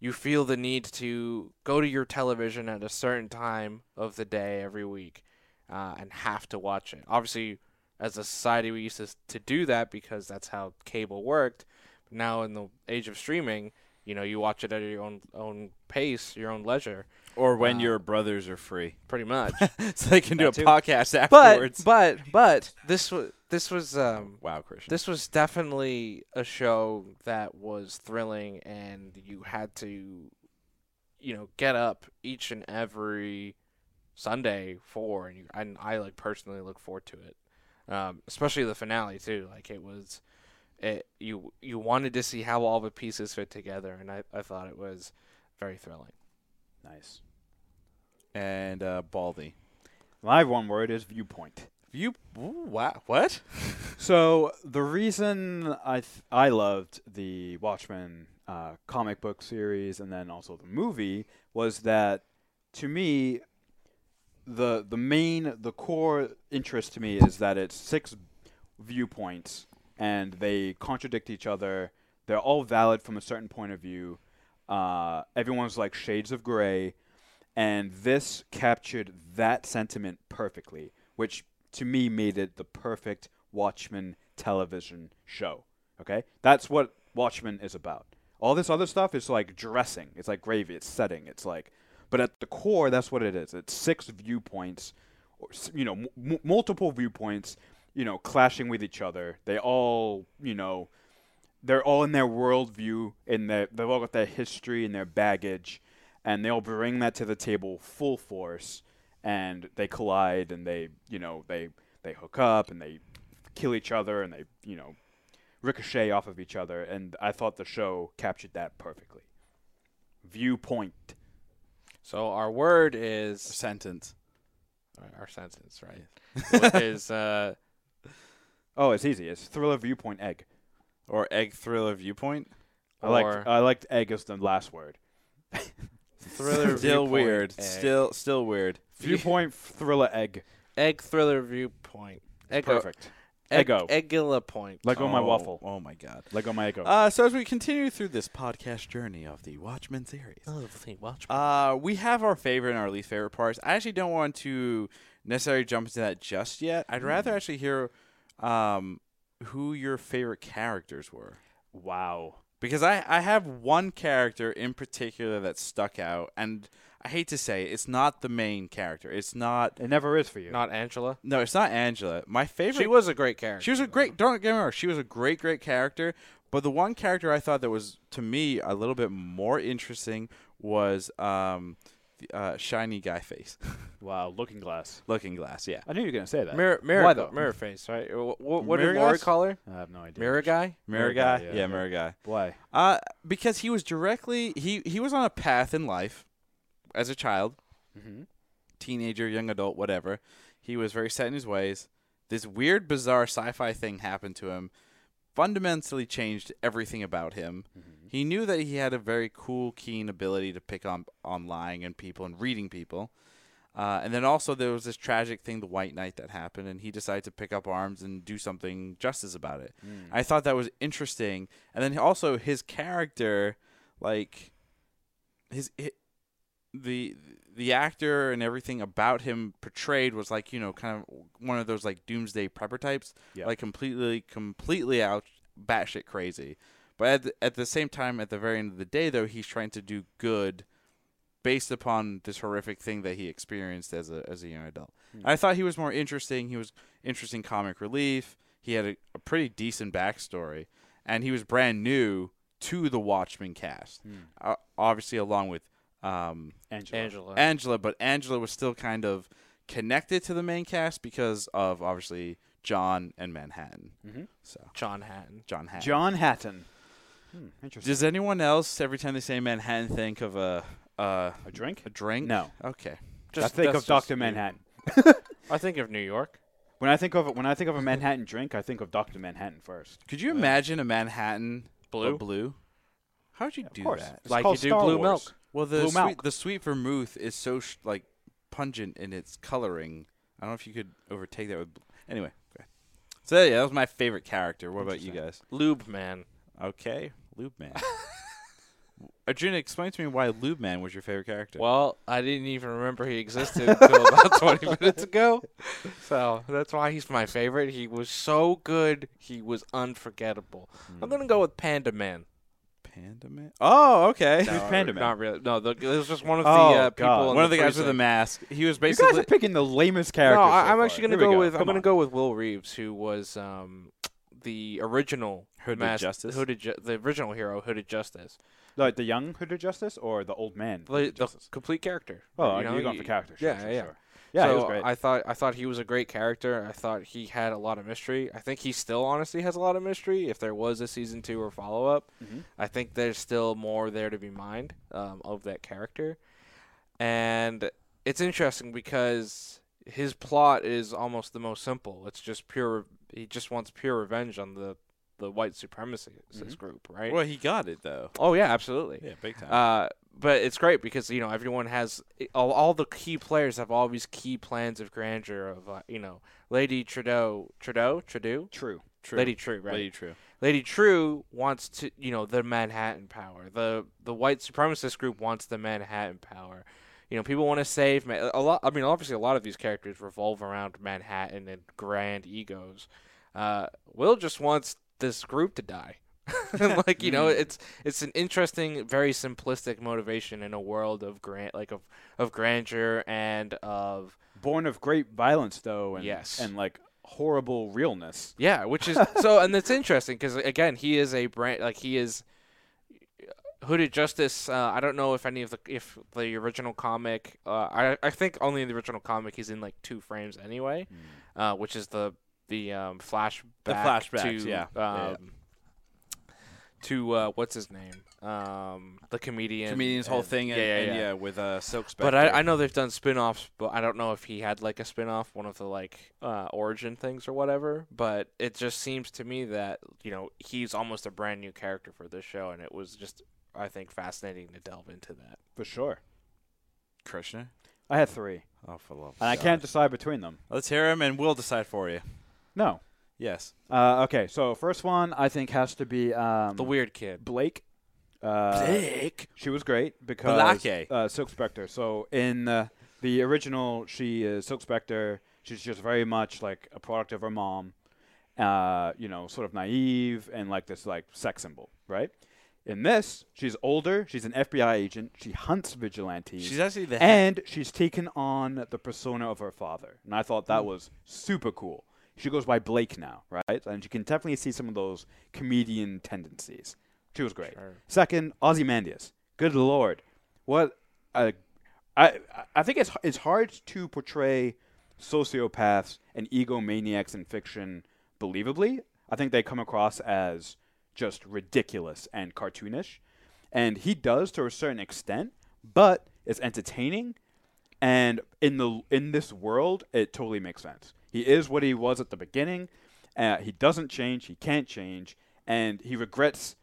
[SPEAKER 3] You feel the need to go to your television at a certain time of the day every week uh, and have to watch it. Obviously, as a society, we used to, to do that because that's how cable worked. But now, in the age of streaming, you know, you watch it at your own own pace, your own leisure,
[SPEAKER 1] or when
[SPEAKER 3] Uh,
[SPEAKER 1] your brothers are
[SPEAKER 3] [LAUGHS]
[SPEAKER 1] free, [LAUGHS]
[SPEAKER 3] pretty much.
[SPEAKER 1] so they can do a
[SPEAKER 2] That too.
[SPEAKER 1] podcast
[SPEAKER 3] but
[SPEAKER 1] afterwards.
[SPEAKER 3] but but this was this was um
[SPEAKER 1] wow, Christian,
[SPEAKER 3] this was definitely a show that was thrilling, and you had to, you know, get up each and every Sunday for, and you, and I like personally look forward to it, um, especially the finale too. Like it was, it you you wanted to see how all the pieces fit together, and I I thought it was very thrilling.
[SPEAKER 1] nice. And uh, Baldy,
[SPEAKER 2] My one word is viewpoint.
[SPEAKER 1] you ooh, wow,
[SPEAKER 3] [LAUGHS]
[SPEAKER 1] what?
[SPEAKER 2] So the reason I th- I loved the Watchmen uh, comic book series and then also the movie was that to me the the main the core interest to me is that it's six viewpoints and they contradict each other. They're all valid from a certain point of view. Uh, everyone's like shades of gray, and this captured that sentiment perfectly, which to me made it the perfect Watchmen television show. Okay, that's what Watchmen is about. All this other stuff is like dressing. It's like gravy. It's setting. It's like, but at the core, that's what it is. It's six viewpoints, or s- you know, m- m- multiple viewpoints, you know, clashing with each other. They all, you know, they're all in their worldview, in their they've all got their history and their baggage, and they all bring that to the table full force, and they collide and they, you know, they they hook up and they kill each other and they, you know, ricochet off of each other. And I thought the show captured that perfectly. Viewpoint.
[SPEAKER 3] So our word is
[SPEAKER 1] Sentence.
[SPEAKER 3] our sentence,
[SPEAKER 1] [LAUGHS]
[SPEAKER 3] right? is uh,
[SPEAKER 2] Oh, it's easy. It's thriller viewpoint egg.
[SPEAKER 1] Or egg thriller viewpoint.
[SPEAKER 2] I liked
[SPEAKER 3] Or-
[SPEAKER 2] I liked egg as the last word.
[SPEAKER 3] [LAUGHS] thriller
[SPEAKER 1] still
[SPEAKER 3] viewpoint
[SPEAKER 1] weird.
[SPEAKER 3] egg.
[SPEAKER 1] Still still weird.
[SPEAKER 2] Viewpoint thriller egg.
[SPEAKER 3] egg thriller viewpoint. Egg
[SPEAKER 2] Perfect.
[SPEAKER 3] Egg,
[SPEAKER 2] Eggo.
[SPEAKER 3] Eggilla point.
[SPEAKER 2] Like on my waffle.
[SPEAKER 1] Oh my god.
[SPEAKER 2] Like on my
[SPEAKER 3] Oh.
[SPEAKER 2] eggo.
[SPEAKER 1] Uh, so as we continue through this podcast journey of the Watchmen series,
[SPEAKER 3] watch.
[SPEAKER 1] uh, we have our favorite and our least favorite parts. I actually don't want to necessarily jump into that just yet. I'd
[SPEAKER 3] Hmm.
[SPEAKER 1] rather actually hear um, who your favorite characters were.
[SPEAKER 2] wow.
[SPEAKER 1] because I, I have one character in particular that stuck out and i hate to say it, it's not the main character it's not
[SPEAKER 2] It never is for you.
[SPEAKER 3] Not Angela.
[SPEAKER 1] no it's not angela my favorite
[SPEAKER 3] She was a great character.
[SPEAKER 1] she was a
[SPEAKER 3] though.
[SPEAKER 1] great don't get me wrong she was a great great character but the one character i thought that was to me a little bit more interesting was um the, uh, shiny guy face
[SPEAKER 2] wow. Looking glass.
[SPEAKER 1] looking glass yeah
[SPEAKER 2] I knew you were gonna say that.
[SPEAKER 3] mirror. Mirror,
[SPEAKER 2] Why though?
[SPEAKER 3] mirror face, right? What, what
[SPEAKER 1] Mirror
[SPEAKER 3] did Laura
[SPEAKER 1] guys?
[SPEAKER 3] call her?
[SPEAKER 2] I have no idea.
[SPEAKER 3] Mirror guy.
[SPEAKER 1] mirror,
[SPEAKER 2] Mirror
[SPEAKER 1] guy,
[SPEAKER 2] guy,
[SPEAKER 1] yeah
[SPEAKER 2] yeah.
[SPEAKER 1] mirror guy
[SPEAKER 2] Why?
[SPEAKER 1] Uh, because he was directly he he was on a path in life as a child,
[SPEAKER 3] Mm-hmm.
[SPEAKER 2] Mhm.
[SPEAKER 1] teenager, young adult, whatever. He was very set in his ways. This weird, bizarre sci-fi thing happened to him, fundamentally changed everything about him.
[SPEAKER 3] Mm-hmm.
[SPEAKER 1] He knew that he had a very cool, keen ability to pick on on lying and people and reading people. Uh, and then also there was this tragic thing, the White Knight, that happened, and he decided to pick up arms and do something justice about it.
[SPEAKER 2] Mm-hmm.
[SPEAKER 1] I thought that was interesting, and then also his character, like his, hi the the actor and everything about him portrayed was like you know kind of one of those like doomsday prepper types,
[SPEAKER 2] Yeah.
[SPEAKER 1] like completely completely out batshit crazy. But at the, at the same time, at the very end of the day, though, he's trying to do good based upon this horrific thing that he experienced as a as a young adult.
[SPEAKER 2] Hmm.
[SPEAKER 1] I thought he was more interesting. He was interesting comic relief. He had a, a pretty decent backstory, and he was brand new to the Watchmen cast.
[SPEAKER 2] Hmm.
[SPEAKER 1] Uh, obviously, along with um,
[SPEAKER 2] Angela.
[SPEAKER 3] Angela.
[SPEAKER 1] Angela, but Angela was still kind of connected to the main cast because of obviously John and Manhattan.
[SPEAKER 2] Mhm.
[SPEAKER 1] So
[SPEAKER 3] John Hatton.
[SPEAKER 1] John Hatton.
[SPEAKER 2] John Hatton. Hmm, interesting.
[SPEAKER 1] Does anyone else every time they say Manhattan think of a a,
[SPEAKER 2] a drink?
[SPEAKER 1] a drink?
[SPEAKER 2] No.
[SPEAKER 1] Okay.
[SPEAKER 2] I
[SPEAKER 3] Just-
[SPEAKER 2] think
[SPEAKER 3] that's
[SPEAKER 2] of Doctor
[SPEAKER 3] just-
[SPEAKER 2] Manhattan.
[SPEAKER 3] I think of New York.
[SPEAKER 2] When I think of when I think of a Manhattan drink, I think of Doctor Manhattan first.
[SPEAKER 1] Could you imagine a Manhattan
[SPEAKER 3] Blue?
[SPEAKER 1] but blue? How would you do
[SPEAKER 2] course.
[SPEAKER 1] that?
[SPEAKER 2] It's
[SPEAKER 3] like you
[SPEAKER 2] called
[SPEAKER 3] do
[SPEAKER 2] Star
[SPEAKER 3] blue
[SPEAKER 2] Wars.
[SPEAKER 3] milk.
[SPEAKER 1] Well, the
[SPEAKER 2] Blue
[SPEAKER 1] sweet,
[SPEAKER 2] milk.
[SPEAKER 1] the sweet vermouth is so sh- like pungent in its coloring. I don't know if you could overtake that with. Bl- anyway, okay. so yeah, that was my favorite character. What about you guys?
[SPEAKER 3] Lube man.
[SPEAKER 1] Okay, Lube Man. [LAUGHS] Arjuna, explain to me why Lube Man was your favorite character.
[SPEAKER 3] Well, I didn't even remember he existed until [LAUGHS] about 20 minutes ago. So that's why he's my favorite. He was so good. He was unforgettable. I'm going to go with Panda Man.
[SPEAKER 1] Panda Man. Oh, okay.
[SPEAKER 2] Who's Panda Man?
[SPEAKER 3] Not really. No, the, it was just one of the
[SPEAKER 2] Oh,
[SPEAKER 3] uh,
[SPEAKER 2] God.
[SPEAKER 3] people. in
[SPEAKER 1] One of the guys with
[SPEAKER 3] precinct.
[SPEAKER 1] the mask. He was
[SPEAKER 2] You guys
[SPEAKER 1] basically
[SPEAKER 2] are picking the lamest
[SPEAKER 3] No,
[SPEAKER 2] characters.
[SPEAKER 3] I,
[SPEAKER 2] so
[SPEAKER 3] I'm
[SPEAKER 2] far.
[SPEAKER 3] actually gonna
[SPEAKER 2] Here we
[SPEAKER 3] go, with I'm
[SPEAKER 2] Come
[SPEAKER 3] gonna
[SPEAKER 2] on.
[SPEAKER 3] go with Will Reeves, who was um, the original
[SPEAKER 1] Hooded
[SPEAKER 3] masked-
[SPEAKER 1] Justice?
[SPEAKER 3] Hooded Ju- the original hero, Hooded Justice,
[SPEAKER 2] like the young Hooded Justice or the old man.
[SPEAKER 3] the,
[SPEAKER 2] Hooded
[SPEAKER 3] the
[SPEAKER 2] Justice?
[SPEAKER 3] complete character.
[SPEAKER 2] oh,
[SPEAKER 3] you
[SPEAKER 2] you
[SPEAKER 3] know,
[SPEAKER 2] are going
[SPEAKER 3] you-
[SPEAKER 2] for character. Sure,
[SPEAKER 3] yeah,
[SPEAKER 2] sure,
[SPEAKER 3] yeah.
[SPEAKER 2] sure. yeah.
[SPEAKER 3] so
[SPEAKER 2] he was great.
[SPEAKER 3] I thought I thought he was a great character. I thought he had a lot of mystery. I think he still honestly has a lot of mystery. If there was a season two or follow up,
[SPEAKER 2] Mhm.
[SPEAKER 3] I think there's still more there to be mined um, of that character. And it's interesting because his plot is almost the most simple. It's just pure. He just wants pure revenge on the the white supremacist
[SPEAKER 2] Mhm.
[SPEAKER 3] group,
[SPEAKER 1] [LAUGHS]
[SPEAKER 3] right?
[SPEAKER 1] Well, he got it though.
[SPEAKER 3] Oh yeah, absolutely.
[SPEAKER 1] Yeah, big time.
[SPEAKER 3] Uh, but it's great because you know everyone has all, all the key players have all these key plans of grandeur of uh, you know Lady Trudeau Trudeau Trudeau
[SPEAKER 2] True.
[SPEAKER 1] true.
[SPEAKER 3] Lady True right
[SPEAKER 1] Lady True.
[SPEAKER 3] Lady True wants to, you know, the Manhattan power. The the white supremacist group wants the Manhattan power. You know, people want to save Ma- a lot. I mean, obviously, a lot of these characters revolve around Manhattan and grand egos. Uh, Will just wants this group to die. [LAUGHS] like you know, it's it's an interesting, very simplistic motivation in a world of grand, like of of grandeur and of
[SPEAKER 2] Born of great violence, though, and
[SPEAKER 3] Yes.
[SPEAKER 2] and like horrible realness.
[SPEAKER 3] [LAUGHS] Yeah, which is so, and that's interesting because again, he is a brand like he is Hooded Justice. Uh, I don't know if any of the if the original comic. Uh, I I think only in the original comic he's in like two frames anyway,
[SPEAKER 1] Mm.
[SPEAKER 3] uh, which is the the um, flashback.
[SPEAKER 1] flashbacks,
[SPEAKER 3] to,
[SPEAKER 1] yeah.
[SPEAKER 3] Um,
[SPEAKER 1] Yeah.
[SPEAKER 3] To uh, what's his name? Um, the comedian.
[SPEAKER 1] Comedian's whole
[SPEAKER 3] and-
[SPEAKER 1] thing. And,
[SPEAKER 3] yeah, yeah,
[SPEAKER 1] and
[SPEAKER 3] yeah.
[SPEAKER 1] with uh, Silk Spectre.
[SPEAKER 3] But I, I know they've done spin-offs, but I don't know if he had like a spin-off, one of the like uh, origin things or whatever. But it just seems to me that you know he's almost a brand new character for this show, and it was just I think fascinating to delve into that.
[SPEAKER 2] For sure.
[SPEAKER 1] Krishna.
[SPEAKER 2] I had three, and
[SPEAKER 1] Oh, for love.
[SPEAKER 2] I can't decide between them.
[SPEAKER 1] Let's hear him, and we'll decide for you.
[SPEAKER 2] No.
[SPEAKER 1] Yes.
[SPEAKER 2] Uh, okay, so first one I think has to be um,
[SPEAKER 3] The weird kid,
[SPEAKER 2] Blake. Uh,
[SPEAKER 1] Blake.
[SPEAKER 2] She was great because
[SPEAKER 1] Blake.
[SPEAKER 2] uh, Silk Spectre. So in uh, the original, she is Silk Spectre. She's just very much like a product of her mom. Uh, you know, sort of naive and like this like sex symbol, right? In this, she's older. She's an FBI agent. She hunts vigilantes.
[SPEAKER 1] She's actually the head.
[SPEAKER 2] and she's taken on the persona of her father, and I thought that was super cool. She goes by Blake now, right? And you can definitely see some of those comedian tendencies. She was great.
[SPEAKER 3] Sure.
[SPEAKER 2] Second, Ozymandias. Good lord, what a, I I think it's it's hard to portray sociopaths and egomaniacs in fiction believably. I think they come across as just ridiculous and cartoonish, and he does to a certain extent, but it's entertaining, and in the in this world, it totally makes sense. He is what he was at the beginning. Uh, he doesn't change. He can't change, and he regrets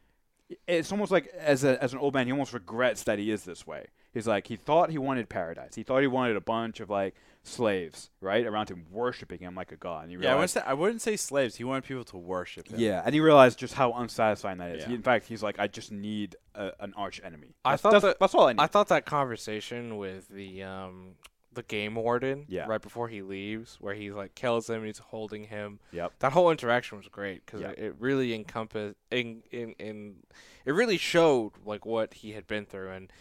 [SPEAKER 2] it's almost like as a, as an old man, he almost regrets that he is this way. He's like he thought he wanted paradise. He thought he wanted a bunch of like slaves, right, around him worshiping him like a god. And he
[SPEAKER 1] Yeah, I wouldn't,
[SPEAKER 2] realized,
[SPEAKER 1] say, I wouldn't say slaves. He wanted people to worship him.
[SPEAKER 2] yeah, and he realized just how unsatisfying that is.
[SPEAKER 1] Yeah.
[SPEAKER 2] He, in fact, he's like, I just need a, an arch enemy.
[SPEAKER 3] I
[SPEAKER 2] That's-
[SPEAKER 3] thought
[SPEAKER 2] that's,
[SPEAKER 3] that-
[SPEAKER 2] that's all I need.
[SPEAKER 3] I thought that conversation with the um the game warden
[SPEAKER 2] Yeah.
[SPEAKER 3] right before he leaves, where he like kills him, he's holding him.
[SPEAKER 2] Yep.
[SPEAKER 3] That whole interaction was great because
[SPEAKER 2] Yeah.
[SPEAKER 3] it, it really encompassed in, in in it really showed like what he had been through and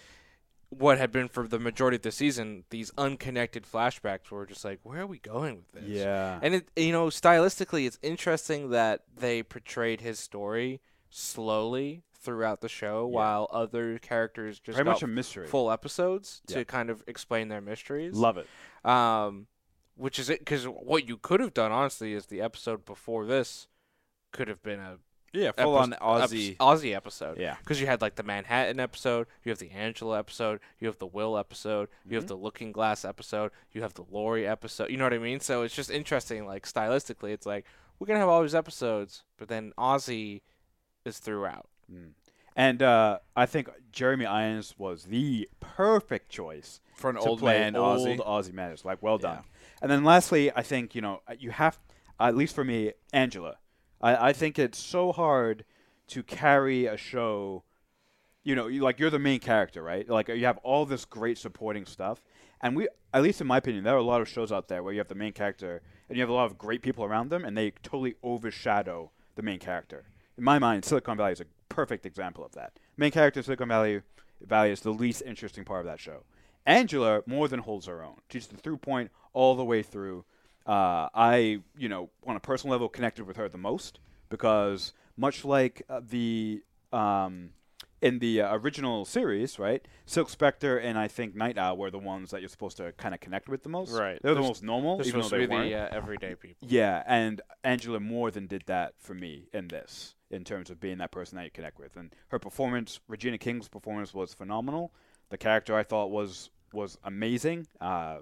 [SPEAKER 3] what had been for the majority of the season. These unconnected flashbacks were just like, where are we going with this?
[SPEAKER 2] yeah,
[SPEAKER 3] And it, you know, stylistically, it's interesting that they portrayed his story slowly throughout the show,
[SPEAKER 2] Yeah.
[SPEAKER 3] while other characters just
[SPEAKER 2] very
[SPEAKER 3] got
[SPEAKER 2] much a mystery.
[SPEAKER 3] full episodes
[SPEAKER 2] Yeah.
[SPEAKER 3] to kind of explain their mysteries.
[SPEAKER 2] Love it.
[SPEAKER 3] Um, which is it? Because what you could have done, honestly, is the episode before this could have been a
[SPEAKER 1] Yeah, full on Aussie.
[SPEAKER 3] Aussie episode.
[SPEAKER 2] Yeah.
[SPEAKER 3] Because you had like the Manhattan episode, you have the Angela episode, you have the Will episode, you
[SPEAKER 2] Mm-hmm.
[SPEAKER 3] have the Looking Glass episode, you have the Lori episode. You know what I mean? So it's just interesting, like stylistically, it's like we're gonna have all these episodes, but then Aussie is throughout.
[SPEAKER 2] Mm. And uh, I think Jeremy Irons was the perfect choice
[SPEAKER 1] For an
[SPEAKER 2] to
[SPEAKER 1] old
[SPEAKER 2] play
[SPEAKER 1] man
[SPEAKER 2] an old
[SPEAKER 1] Aussie.
[SPEAKER 2] Aussie manners. Like, well done. And then lastly, I think you know you have, at least for me, Angela. I, I think it's so hard to carry a show. You know, you, like you're the main character, right? Like you have all this great supporting stuff, and we, at least in my opinion, there are a lot of shows out there where you have the main character and you have a lot of great people around them, and they totally overshadow the main character. In my mind, Silicon Valley is a perfect example of that. Main character in Silicon Valley, Valley is the least interesting part of that show. Angela more than holds her own. She's the through point all the way through. Uh, I, you know, on a personal level, connected with her the most because much like uh, the um, in the uh, original series, right? Silk Spectre and I think Night Owl were the ones that you're supposed to kind of connect with the most.
[SPEAKER 3] Right.
[SPEAKER 2] They're the
[SPEAKER 3] They're s-
[SPEAKER 2] most normal,
[SPEAKER 3] They're
[SPEAKER 2] even though
[SPEAKER 3] supposed to
[SPEAKER 2] they
[SPEAKER 3] be
[SPEAKER 2] weren't.
[SPEAKER 3] the uh, everyday people.
[SPEAKER 2] Yeah, and Angela more than did that for me in this, in terms of being that person that you connect with. And her performance, Regina King's performance was phenomenal. The character I thought was was amazing. Uh,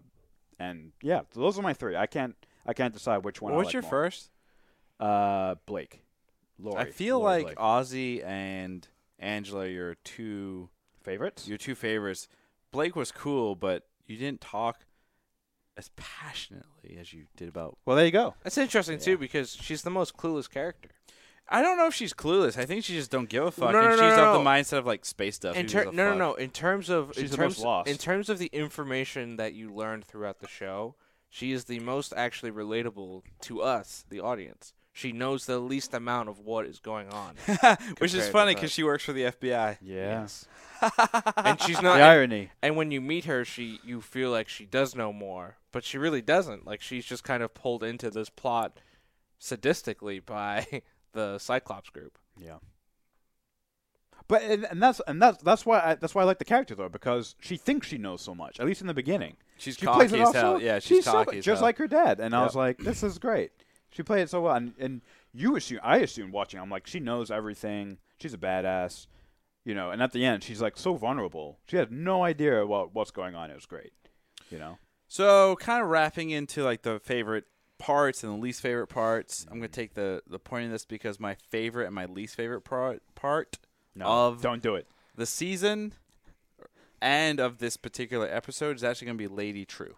[SPEAKER 2] and yeah, so those are my three. I can't I can't decide which one.
[SPEAKER 1] What
[SPEAKER 2] I
[SPEAKER 1] was
[SPEAKER 2] like
[SPEAKER 1] your
[SPEAKER 2] more.
[SPEAKER 1] first?
[SPEAKER 2] Uh, Blake. Lori.
[SPEAKER 1] I feel
[SPEAKER 2] Lori
[SPEAKER 1] like
[SPEAKER 2] Blake.
[SPEAKER 1] Aussie and Angela, are your two
[SPEAKER 2] favorites.
[SPEAKER 1] your two favorites. Blake was cool, but you didn't talk as passionately as you did about.
[SPEAKER 2] Well, there you go.
[SPEAKER 3] That's interesting too because she's the most clueless character.
[SPEAKER 1] I don't know if she's clueless. I think she just don't give a fuck,
[SPEAKER 3] No, no,
[SPEAKER 1] and
[SPEAKER 3] no,
[SPEAKER 1] she's of
[SPEAKER 3] no, no.
[SPEAKER 1] the mindset of like space stuff.
[SPEAKER 3] In
[SPEAKER 1] Who
[SPEAKER 3] ter-
[SPEAKER 1] gives a
[SPEAKER 3] no, no,
[SPEAKER 1] fuck?
[SPEAKER 3] no. In terms of in
[SPEAKER 2] She's the most
[SPEAKER 3] terms
[SPEAKER 2] lost.
[SPEAKER 3] in terms of the information that you learned throughout the show, she is the most actually relatable to us, the audience. She knows the least amount of what is going on,
[SPEAKER 1] [LAUGHS] Which
[SPEAKER 3] compared
[SPEAKER 1] is
[SPEAKER 3] to
[SPEAKER 1] funny
[SPEAKER 3] her.
[SPEAKER 1] because she works for the FBI.
[SPEAKER 2] Yeah.
[SPEAKER 3] and
[SPEAKER 1] [LAUGHS]
[SPEAKER 3] she's
[SPEAKER 2] The
[SPEAKER 3] not. and,
[SPEAKER 2] irony.
[SPEAKER 3] and when you meet her, she you feel like she does know more, but she really doesn't. Like she's just kind of pulled into this plot sadistically by [LAUGHS] the Cyclops group.
[SPEAKER 2] Yeah. But and, and that's and that's that's why I, that's why I like the character though because she thinks she knows so much at least in the beginning.
[SPEAKER 1] She's
[SPEAKER 2] she
[SPEAKER 1] cocky
[SPEAKER 2] plays it
[SPEAKER 1] as
[SPEAKER 2] off so-
[SPEAKER 1] hell. Yeah, she's
[SPEAKER 2] so-
[SPEAKER 1] cocky as
[SPEAKER 2] just
[SPEAKER 1] hell.
[SPEAKER 2] like her dad. And I
[SPEAKER 1] Yep.
[SPEAKER 2] was like, this is great. She played it so well, and, and you assume I assume watching. I'm like, she knows everything. She's a badass, you know. And at the end, she's like so vulnerable. She had no idea what what's going on. It was great, you know.
[SPEAKER 1] So, kind of wrapping into like the favorite parts and the least favorite parts. I'm gonna take the the point of this because my favorite and my least favorite part part
[SPEAKER 2] No,
[SPEAKER 1] of
[SPEAKER 2] don't do it.
[SPEAKER 1] the season and of this particular episode is actually gonna be Lady True.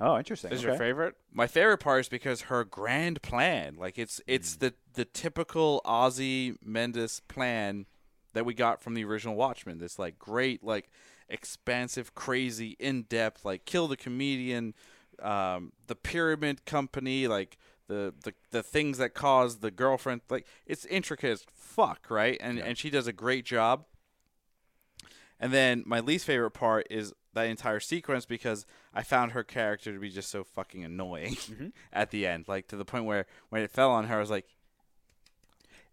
[SPEAKER 2] Oh, interesting.
[SPEAKER 3] Is
[SPEAKER 2] okay.
[SPEAKER 3] your favorite?
[SPEAKER 1] My favorite part is because her grand plan, like it's it's the the typical Ozzy Mendes plan that we got from the original Watchmen. This like great, like expansive, crazy, in depth, like kill the comedian, um, the pyramid company, like the, the the things that cause the girlfriend, like it's intricate as fuck, right? And and she does a great job. And then my least favorite part is that entire sequence because I found her character to be just so fucking annoying [LAUGHS]
[SPEAKER 2] Mm-hmm.
[SPEAKER 1] at the end, like to the point where when it fell on her, I was like,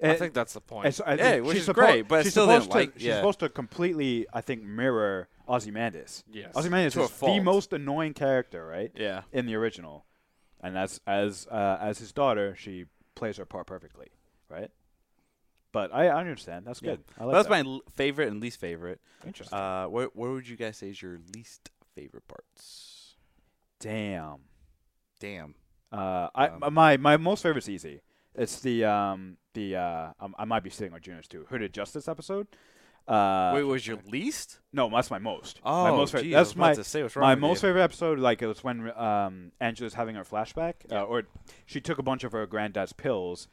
[SPEAKER 3] I
[SPEAKER 2] Uh,
[SPEAKER 3] think that's the point.
[SPEAKER 2] And so I
[SPEAKER 1] Yeah,
[SPEAKER 2] think
[SPEAKER 1] which
[SPEAKER 2] she's
[SPEAKER 1] is
[SPEAKER 2] suppo-
[SPEAKER 1] great, but I
[SPEAKER 2] she's
[SPEAKER 1] still didn't
[SPEAKER 2] supposed to,
[SPEAKER 1] like-
[SPEAKER 2] She's
[SPEAKER 1] yeah.
[SPEAKER 2] supposed to completely, I think, mirror Ozymandias.
[SPEAKER 3] Yes.
[SPEAKER 2] Ozymandias
[SPEAKER 1] To a
[SPEAKER 2] is the
[SPEAKER 1] fault.
[SPEAKER 2] most annoying character, right?
[SPEAKER 1] Yeah.
[SPEAKER 2] In the original, and as as uh, as his daughter, she plays her part perfectly, right? But I, I understand. That's good. I like
[SPEAKER 1] that's
[SPEAKER 2] that.
[SPEAKER 1] my l- favorite and least favorite.
[SPEAKER 2] interesting.
[SPEAKER 1] Uh, what what would you guys say is your least favorite parts?
[SPEAKER 2] Damn.
[SPEAKER 1] Damn.
[SPEAKER 2] Uh, I
[SPEAKER 1] Um,
[SPEAKER 2] my my most favorite's easy. It's the um the uh um, I might be sitting on Junior's too. Hooded Justice episode. Uh,
[SPEAKER 1] Wait, what was your least?
[SPEAKER 2] No, that's my most. my
[SPEAKER 1] Oh,
[SPEAKER 2] most favorite.
[SPEAKER 1] geez, I was
[SPEAKER 2] that's
[SPEAKER 1] about
[SPEAKER 2] my
[SPEAKER 1] to say, what's wrong
[SPEAKER 2] my
[SPEAKER 1] with
[SPEAKER 2] most
[SPEAKER 1] you?
[SPEAKER 2] favorite episode. Like it was when um, Angela's having her flashback, uh, or she took a bunch of her granddad's pills,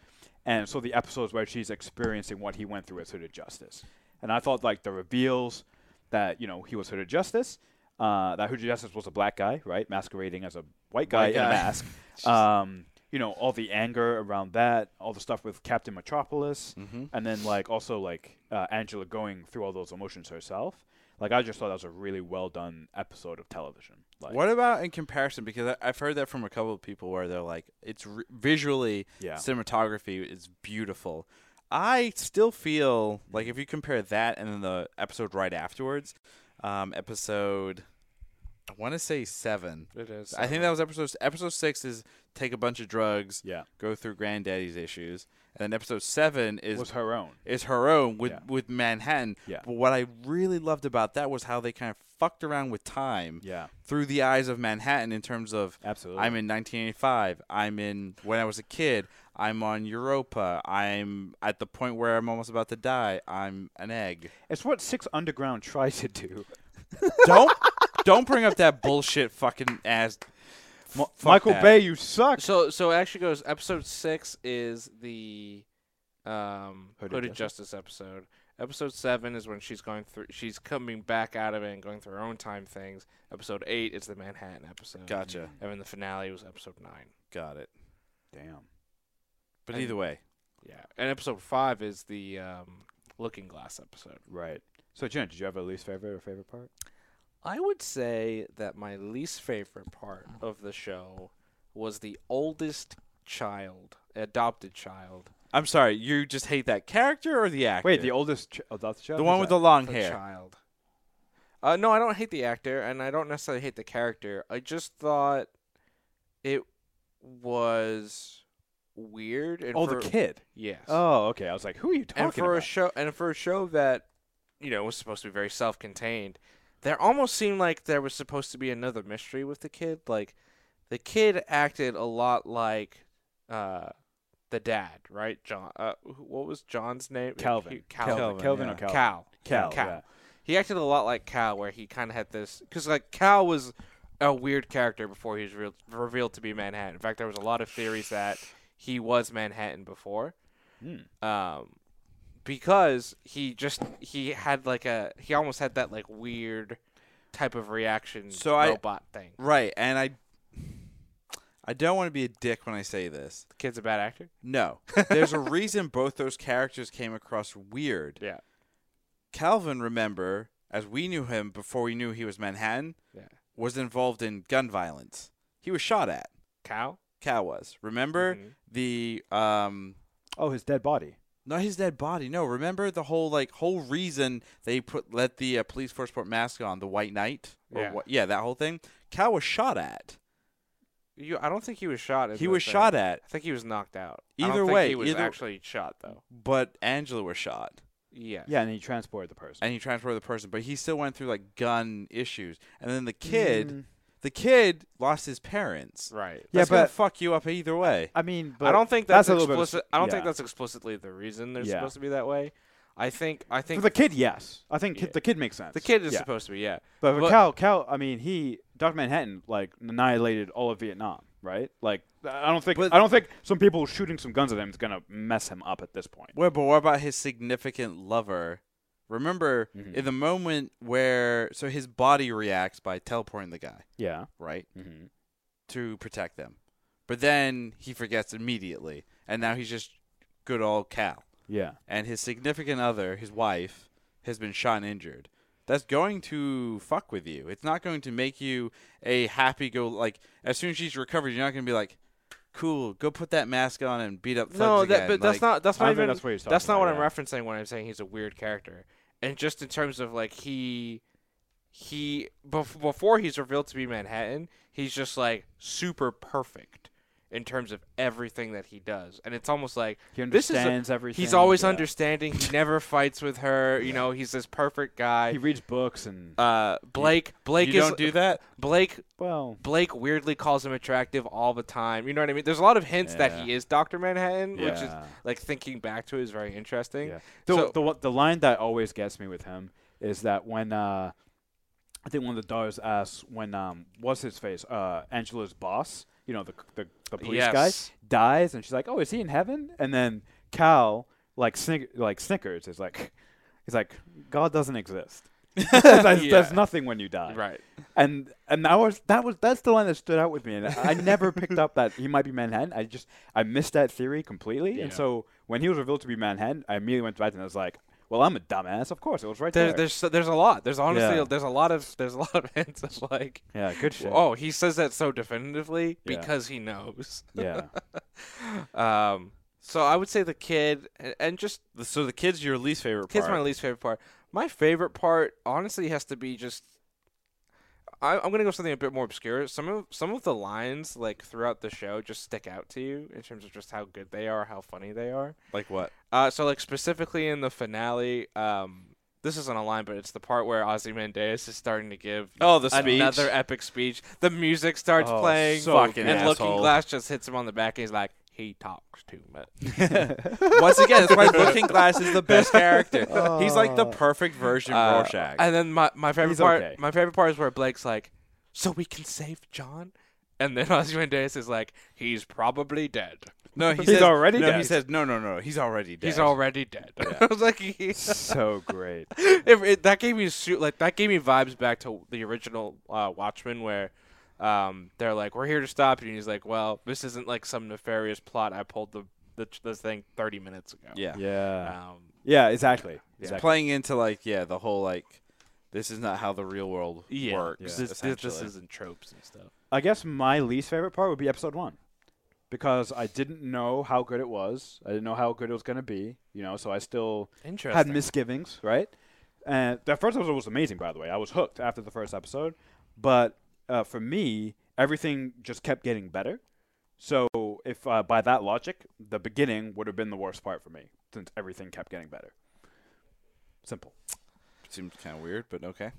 [SPEAKER 2] and so the episodes where she's experiencing what he went through as Hooded Justice. And I thought like the reveals that you know he was Hooded Justice, uh, that Hooded Justice was a black guy, right, masquerading as a white guy in a
[SPEAKER 1] guy.
[SPEAKER 2] mask.
[SPEAKER 1] [LAUGHS]
[SPEAKER 2] um, you know all the anger around that, all the stuff with Captain Metropolis, and then like also like uh, Angela going through all those emotions herself. Like I just thought that was a really well done episode of television. Like,
[SPEAKER 1] What about in comparison? Because I, I've heard that from a couple of people where they're like, it's r visually,
[SPEAKER 2] Yeah.
[SPEAKER 1] cinematography is beautiful. I still feel like if you compare that and then the episode right afterwards, um, episode, I want to say seven.
[SPEAKER 3] it is.
[SPEAKER 1] I think that was episode episode six is take a bunch of drugs,
[SPEAKER 2] Yeah.
[SPEAKER 1] go through granddaddy's issues, and then episode seven is
[SPEAKER 2] was her own.
[SPEAKER 1] is her own with
[SPEAKER 2] Yeah.
[SPEAKER 1] with Manhattan.
[SPEAKER 2] Yeah.
[SPEAKER 1] But what I really loved about that was how they kind of fucked around with time
[SPEAKER 2] Yeah,
[SPEAKER 1] through the eyes of Manhattan in terms of
[SPEAKER 2] absolutely.
[SPEAKER 1] I'm in 1985. I'm in when I was a kid. I'm on Europa. I'm at the point where I'm almost about to die. I'm an egg.
[SPEAKER 2] [LAUGHS] it's what Six Underground [LAUGHS] tries to do.
[SPEAKER 1] Don't [LAUGHS] don't bring up that bullshit fucking ass.
[SPEAKER 2] M-
[SPEAKER 1] fuck
[SPEAKER 2] Michael
[SPEAKER 1] that.
[SPEAKER 2] Bay, you suck.
[SPEAKER 3] So so it actually goes episode six is the um
[SPEAKER 2] Hooded
[SPEAKER 3] Hooded, Justice. episode. Episode seven is when she's going through she's coming back out of it and going through her own time things. Episode eight is the Manhattan episode.
[SPEAKER 1] Gotcha.
[SPEAKER 3] And then the finale was episode nine.
[SPEAKER 1] Got it.
[SPEAKER 2] Damn.
[SPEAKER 1] But
[SPEAKER 3] And-
[SPEAKER 1] either way,
[SPEAKER 3] Yeah. And episode five is the um looking glass episode.
[SPEAKER 2] Right. So, Jen, did you have a least favorite or favorite part?
[SPEAKER 3] I would say that my least favorite part of the show was the oldest child, adopted child.
[SPEAKER 1] I'm sorry. You just hate that character or the actor?
[SPEAKER 2] Wait, the oldest ch- uh, adult child.
[SPEAKER 1] the
[SPEAKER 2] Who's
[SPEAKER 1] one with
[SPEAKER 2] that?
[SPEAKER 1] the long
[SPEAKER 3] the
[SPEAKER 1] hair.
[SPEAKER 3] child. Uh, no, I don't hate the actor, and I don't necessarily hate the character. I just thought it was weird. And
[SPEAKER 2] oh
[SPEAKER 3] for,
[SPEAKER 2] the kid.
[SPEAKER 3] Yes.
[SPEAKER 2] Oh, okay. I was like, who are you talking
[SPEAKER 3] and for a
[SPEAKER 2] about?
[SPEAKER 3] show, and for a show that you know was supposed to be very self-contained, there almost seemed like there was supposed to be another mystery with the kid. Like the kid acted a lot like uh, the dad, right? John. Uh, wh- what was John's name?
[SPEAKER 2] Calvin.
[SPEAKER 3] Calvin.
[SPEAKER 2] Calvin. Calvin or Cal.
[SPEAKER 3] Cal.
[SPEAKER 2] Cal.
[SPEAKER 3] Cal.
[SPEAKER 2] yeah.
[SPEAKER 3] He acted a lot like Cal, where he kind of had this because like Cal was a weird character before he was real, revealed to be Manhattan. In fact, there was a lot of theories that he was Manhattan before,
[SPEAKER 2] Hmm.
[SPEAKER 3] um, because he just he had like a he almost had that like weird type of reaction
[SPEAKER 1] So I-
[SPEAKER 3] robot thing.
[SPEAKER 1] Right, and I I don't want to be a dick when I say this.
[SPEAKER 3] The kid's a bad actor.
[SPEAKER 1] No. There's a reason both those characters came across weird.
[SPEAKER 3] Yeah.
[SPEAKER 1] Calvin, remember, as we knew him before we knew he was Manhattan,
[SPEAKER 3] Yeah.
[SPEAKER 1] was involved in gun violence. He was shot at.
[SPEAKER 3] Cal.
[SPEAKER 1] Cal was. Remember
[SPEAKER 3] Mhm.
[SPEAKER 1] the um
[SPEAKER 2] Oh, his dead body.
[SPEAKER 1] not his dead body. No, remember the whole like whole reason they put let the uh, police force put mask on the White Knight. Or
[SPEAKER 3] Yeah.
[SPEAKER 1] what, yeah, that whole thing. Cal was shot at.
[SPEAKER 3] You, I don't think he was shot. in
[SPEAKER 1] He
[SPEAKER 3] the
[SPEAKER 1] was
[SPEAKER 3] thing.
[SPEAKER 1] shot at.
[SPEAKER 3] I think he was knocked out. I
[SPEAKER 1] Either
[SPEAKER 3] don't think
[SPEAKER 1] way,
[SPEAKER 3] he was
[SPEAKER 1] either-
[SPEAKER 3] actually shot though.
[SPEAKER 1] But Angela was shot.
[SPEAKER 3] Yeah.
[SPEAKER 2] Yeah, and he transported the person.
[SPEAKER 1] and he transported the person, but he still went through like gun issues. And then the kid,
[SPEAKER 2] Mm.
[SPEAKER 1] the kid lost his parents.
[SPEAKER 3] Right.
[SPEAKER 2] Yeah,
[SPEAKER 1] That's gonna
[SPEAKER 2] but-
[SPEAKER 1] fuck you up either way.
[SPEAKER 2] I mean, but
[SPEAKER 3] I don't think
[SPEAKER 2] that's
[SPEAKER 3] that's,
[SPEAKER 2] a little bit of
[SPEAKER 3] explicit.
[SPEAKER 2] s-
[SPEAKER 3] I don't
[SPEAKER 2] yeah.
[SPEAKER 3] think that's explicitly the reason they're
[SPEAKER 2] Yeah.
[SPEAKER 3] supposed to be that way. I think I
[SPEAKER 2] for
[SPEAKER 3] think
[SPEAKER 2] the kid. Yes, I think
[SPEAKER 3] Yeah.
[SPEAKER 2] the kid makes sense.
[SPEAKER 3] the kid is
[SPEAKER 2] Yeah.
[SPEAKER 3] supposed to be yeah.
[SPEAKER 2] But, for
[SPEAKER 3] But-
[SPEAKER 2] Cal, Cal, I mean, he Dr. Manhattan like annihilated all of Vietnam, right? Like, I don't think
[SPEAKER 1] But-
[SPEAKER 2] I don't think some people shooting some guns at him is gonna mess him up at this point.
[SPEAKER 1] Well, but what about his significant lover? Remember,
[SPEAKER 2] Mhm.
[SPEAKER 1] in the moment where so his body reacts by teleporting the guy
[SPEAKER 2] Yeah.
[SPEAKER 1] right
[SPEAKER 2] Mm-hmm.
[SPEAKER 1] to protect them, but then he forgets immediately, and now he's just good old Cal.
[SPEAKER 2] Yeah.
[SPEAKER 1] And his significant other, his wife, has been shot and injured. That's going to fuck with you. It's not going to make you a happy go like as soon as she's recovered, you're not gonna be like, Cool, go put that mask on and beat up thugs
[SPEAKER 3] No,
[SPEAKER 1] again.
[SPEAKER 3] that, but that's
[SPEAKER 1] Like,
[SPEAKER 3] not that's
[SPEAKER 2] I
[SPEAKER 3] not
[SPEAKER 2] think
[SPEAKER 3] even
[SPEAKER 2] that's
[SPEAKER 3] that's,
[SPEAKER 2] what he's talking
[SPEAKER 3] not
[SPEAKER 2] about,
[SPEAKER 3] what
[SPEAKER 2] yeah.
[SPEAKER 3] I'm referencing when I'm saying he's a weird character. And just in terms of like he he bef- before he's revealed to be Manhattan, he's just like super perfect in terms of everything that he does. And it's almost like
[SPEAKER 2] He
[SPEAKER 3] This is a-
[SPEAKER 2] understands everything.
[SPEAKER 3] he's always
[SPEAKER 2] yeah.
[SPEAKER 3] understanding.
[SPEAKER 2] [LAUGHS]
[SPEAKER 3] He never fights with her. You know, he's this perfect guy.
[SPEAKER 2] He reads books and
[SPEAKER 3] uh, Blake Blake
[SPEAKER 1] you
[SPEAKER 3] is
[SPEAKER 1] don't do that?
[SPEAKER 3] Blake
[SPEAKER 2] well,
[SPEAKER 3] Blake weirdly calls him attractive all the time. You know what I mean? There's a lot of hints
[SPEAKER 2] Yeah.
[SPEAKER 3] that he is Doctor Manhattan, which is
[SPEAKER 2] Yeah.
[SPEAKER 3] like thinking back to it is very interesting.
[SPEAKER 2] Yeah. The,
[SPEAKER 3] So-
[SPEAKER 2] the one- the line that always gets me with him is that when uh, I think one of the daughters asks when um what's his face uh Angela's boss you know the the, the police
[SPEAKER 3] Yes.
[SPEAKER 2] guy dies and she's like oh is he in heaven and then Cal like snick, like snickers is like he's like God doesn't exist. [LAUGHS] there's, there's
[SPEAKER 3] [LAUGHS] Yeah.
[SPEAKER 2] nothing when you die,
[SPEAKER 3] Right.
[SPEAKER 2] and and that was that was that's the line that stood out with me, and I never picked up that he might be Manhattan. I just I missed that theory completely, and
[SPEAKER 3] Yeah.
[SPEAKER 2] so when he was revealed to be Manhattan, I immediately went back and I was like, "Well, I'm a dumbass. Of course, it was right there."
[SPEAKER 3] There, there's there's a lot. There's honestly
[SPEAKER 2] Yeah.
[SPEAKER 3] there's a lot of there's a lot of [LAUGHS] hints of like
[SPEAKER 2] yeah, good shit.
[SPEAKER 3] oh he says that so definitively
[SPEAKER 2] Yeah.
[SPEAKER 3] because he knows.
[SPEAKER 2] [LAUGHS] Yeah,
[SPEAKER 3] Um. So I would say the kid and, and just
[SPEAKER 1] The- so the kid's your least favorite
[SPEAKER 3] Kid's
[SPEAKER 1] part.
[SPEAKER 3] my least favorite part. My favorite part, honestly, has to be just. I, I'm gonna go something a bit more obscure. Some of some of the lines like throughout the show just stick out to you in terms of just how good they are, how funny they are.
[SPEAKER 1] Like what?
[SPEAKER 3] Uh, so like specifically in the finale, um, this isn't a line, but it's the part where Ozymandias is starting to give
[SPEAKER 1] Oh, the [LAUGHS]
[SPEAKER 3] another
[SPEAKER 1] speech.
[SPEAKER 3] epic speech. The music starts
[SPEAKER 2] Oh,
[SPEAKER 3] playing,
[SPEAKER 2] so
[SPEAKER 1] Fucking
[SPEAKER 3] and Looking
[SPEAKER 1] asshole.
[SPEAKER 3] Glass just hits him on the back, and he's like, he talks too much.
[SPEAKER 1] Once again, that's why Looking Glass is the best character. He's like
[SPEAKER 3] [LAUGHS] Oh.
[SPEAKER 1] the perfect version
[SPEAKER 3] Uh,
[SPEAKER 1] of Rorschach.
[SPEAKER 3] And then my, my favorite
[SPEAKER 2] He's
[SPEAKER 3] part,
[SPEAKER 2] okay.
[SPEAKER 3] my favorite part is where Blake's like, so we can save John. And then [LAUGHS] Ozymandias is like, he's probably dead.
[SPEAKER 1] no, he
[SPEAKER 2] He's
[SPEAKER 1] says,
[SPEAKER 2] already
[SPEAKER 1] no, He
[SPEAKER 2] dead.
[SPEAKER 1] says, no, no, no, he's already dead.
[SPEAKER 3] He's already dead. [LAUGHS] I was like, he-
[SPEAKER 2] so great.
[SPEAKER 3] If it, that gave me su- like that gave me vibes back to the original uh, Watchmen, where um, they're like, "We're here to stop you," and he's like, "Well, this isn't like some nefarious plot. I pulled the the, the thing thirty minutes ago."
[SPEAKER 1] Yeah.
[SPEAKER 2] Yeah.
[SPEAKER 3] Um,
[SPEAKER 2] Yeah, exactly.
[SPEAKER 1] It's
[SPEAKER 2] exactly.
[SPEAKER 1] playing into like yeah the whole like this is not how the real world
[SPEAKER 3] yeah.
[SPEAKER 1] works.
[SPEAKER 3] This, this, this
[SPEAKER 1] essentially.
[SPEAKER 3] isn't tropes and stuff.
[SPEAKER 2] I guess my least favorite part would be episode one. Because I didn't know how good it was. I didn't know how good it was going to be, you know, so I still
[SPEAKER 3] Interesting.
[SPEAKER 2] had misgivings, right? And that first episode was amazing, by the way. I was hooked after the first episode, but uh, for me, everything just kept getting better. So if uh, by that logic, the beginning would have been the worst part for me, since everything kept getting better. Simple.
[SPEAKER 1] seems kind of weird, but okay.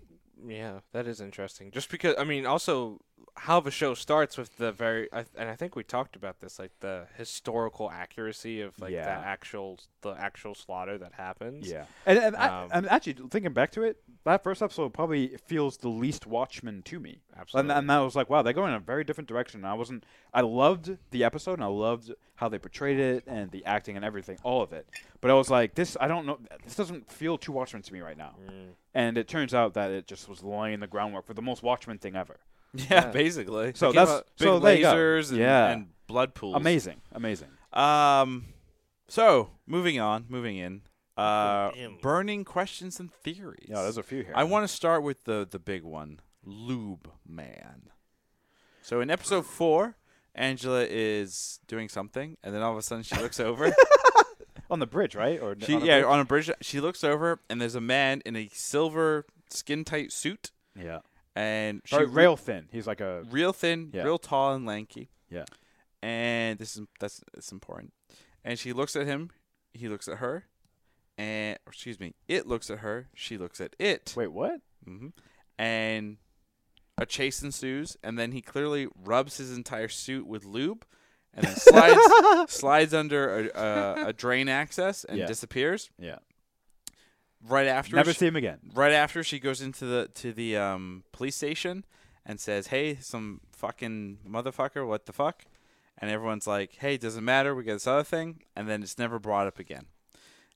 [SPEAKER 3] Yeah, that is interesting. Just because, I mean, also how the show starts with the very, I, and I think we talked about this, like the historical accuracy of like
[SPEAKER 2] Yeah.
[SPEAKER 3] the actual, the actual slaughter that happens.
[SPEAKER 2] Yeah, and, and
[SPEAKER 3] Um,
[SPEAKER 2] I, I'm actually thinking back to it. That first episode probably feels the least Watchmen to me.
[SPEAKER 3] Absolutely.
[SPEAKER 2] And, and I was like, wow, they're going in a very different direction. And I wasn't. I loved the episode, and I loved how they portrayed it, and the acting, and everything, all of it. But I was like, this, I don't know, this doesn't feel too Watchmen to me right now.
[SPEAKER 1] Mm.
[SPEAKER 2] And it turns out that it just was laying the groundwork for the most Watchmen thing ever.
[SPEAKER 1] Yeah, basically.
[SPEAKER 2] So
[SPEAKER 1] Big
[SPEAKER 2] that's
[SPEAKER 1] lo- big
[SPEAKER 2] so there you go.
[SPEAKER 1] lasers and,
[SPEAKER 2] yeah,
[SPEAKER 1] and blood pools.
[SPEAKER 2] amazing, amazing.
[SPEAKER 1] Um, so moving on, moving in. Uh,
[SPEAKER 3] Moving in.
[SPEAKER 1] burning questions and theories.
[SPEAKER 2] Yeah, there's a few here.
[SPEAKER 1] I want to start with the the big one, Lube Man. So in episode four, Angela is doing something, and then all of a sudden she looks over.
[SPEAKER 2] on the bridge, right? Or
[SPEAKER 1] She
[SPEAKER 2] on a
[SPEAKER 1] yeah,
[SPEAKER 2] bridge?
[SPEAKER 1] on a bridge. She looks over, and there's a man in a silver skin tight suit,
[SPEAKER 2] yeah.
[SPEAKER 1] and she
[SPEAKER 2] Or
[SPEAKER 1] re-
[SPEAKER 2] rail thin. He's like a
[SPEAKER 1] real thin,
[SPEAKER 2] Yeah.
[SPEAKER 1] real tall and lanky.
[SPEAKER 2] Yeah.
[SPEAKER 1] And this is that's it's important. And she looks at him. He looks at her. And or excuse me, it looks at her. She looks at it.
[SPEAKER 2] wait. What?
[SPEAKER 1] hmm And a chase ensues, and then he clearly rubs his entire suit with lube, and then
[SPEAKER 2] [LAUGHS]
[SPEAKER 1] slides slides under a, a, a drain access and
[SPEAKER 2] Yeah.
[SPEAKER 1] disappears.
[SPEAKER 2] Yeah.
[SPEAKER 1] Right after,
[SPEAKER 2] Never
[SPEAKER 1] she-
[SPEAKER 2] see him again.
[SPEAKER 1] right after she goes into the to the um, police station and says, "Hey, some fucking motherfucker, what the fuck?" And everyone's like, "Hey, doesn't matter. We got this other thing." And then it's never brought up again.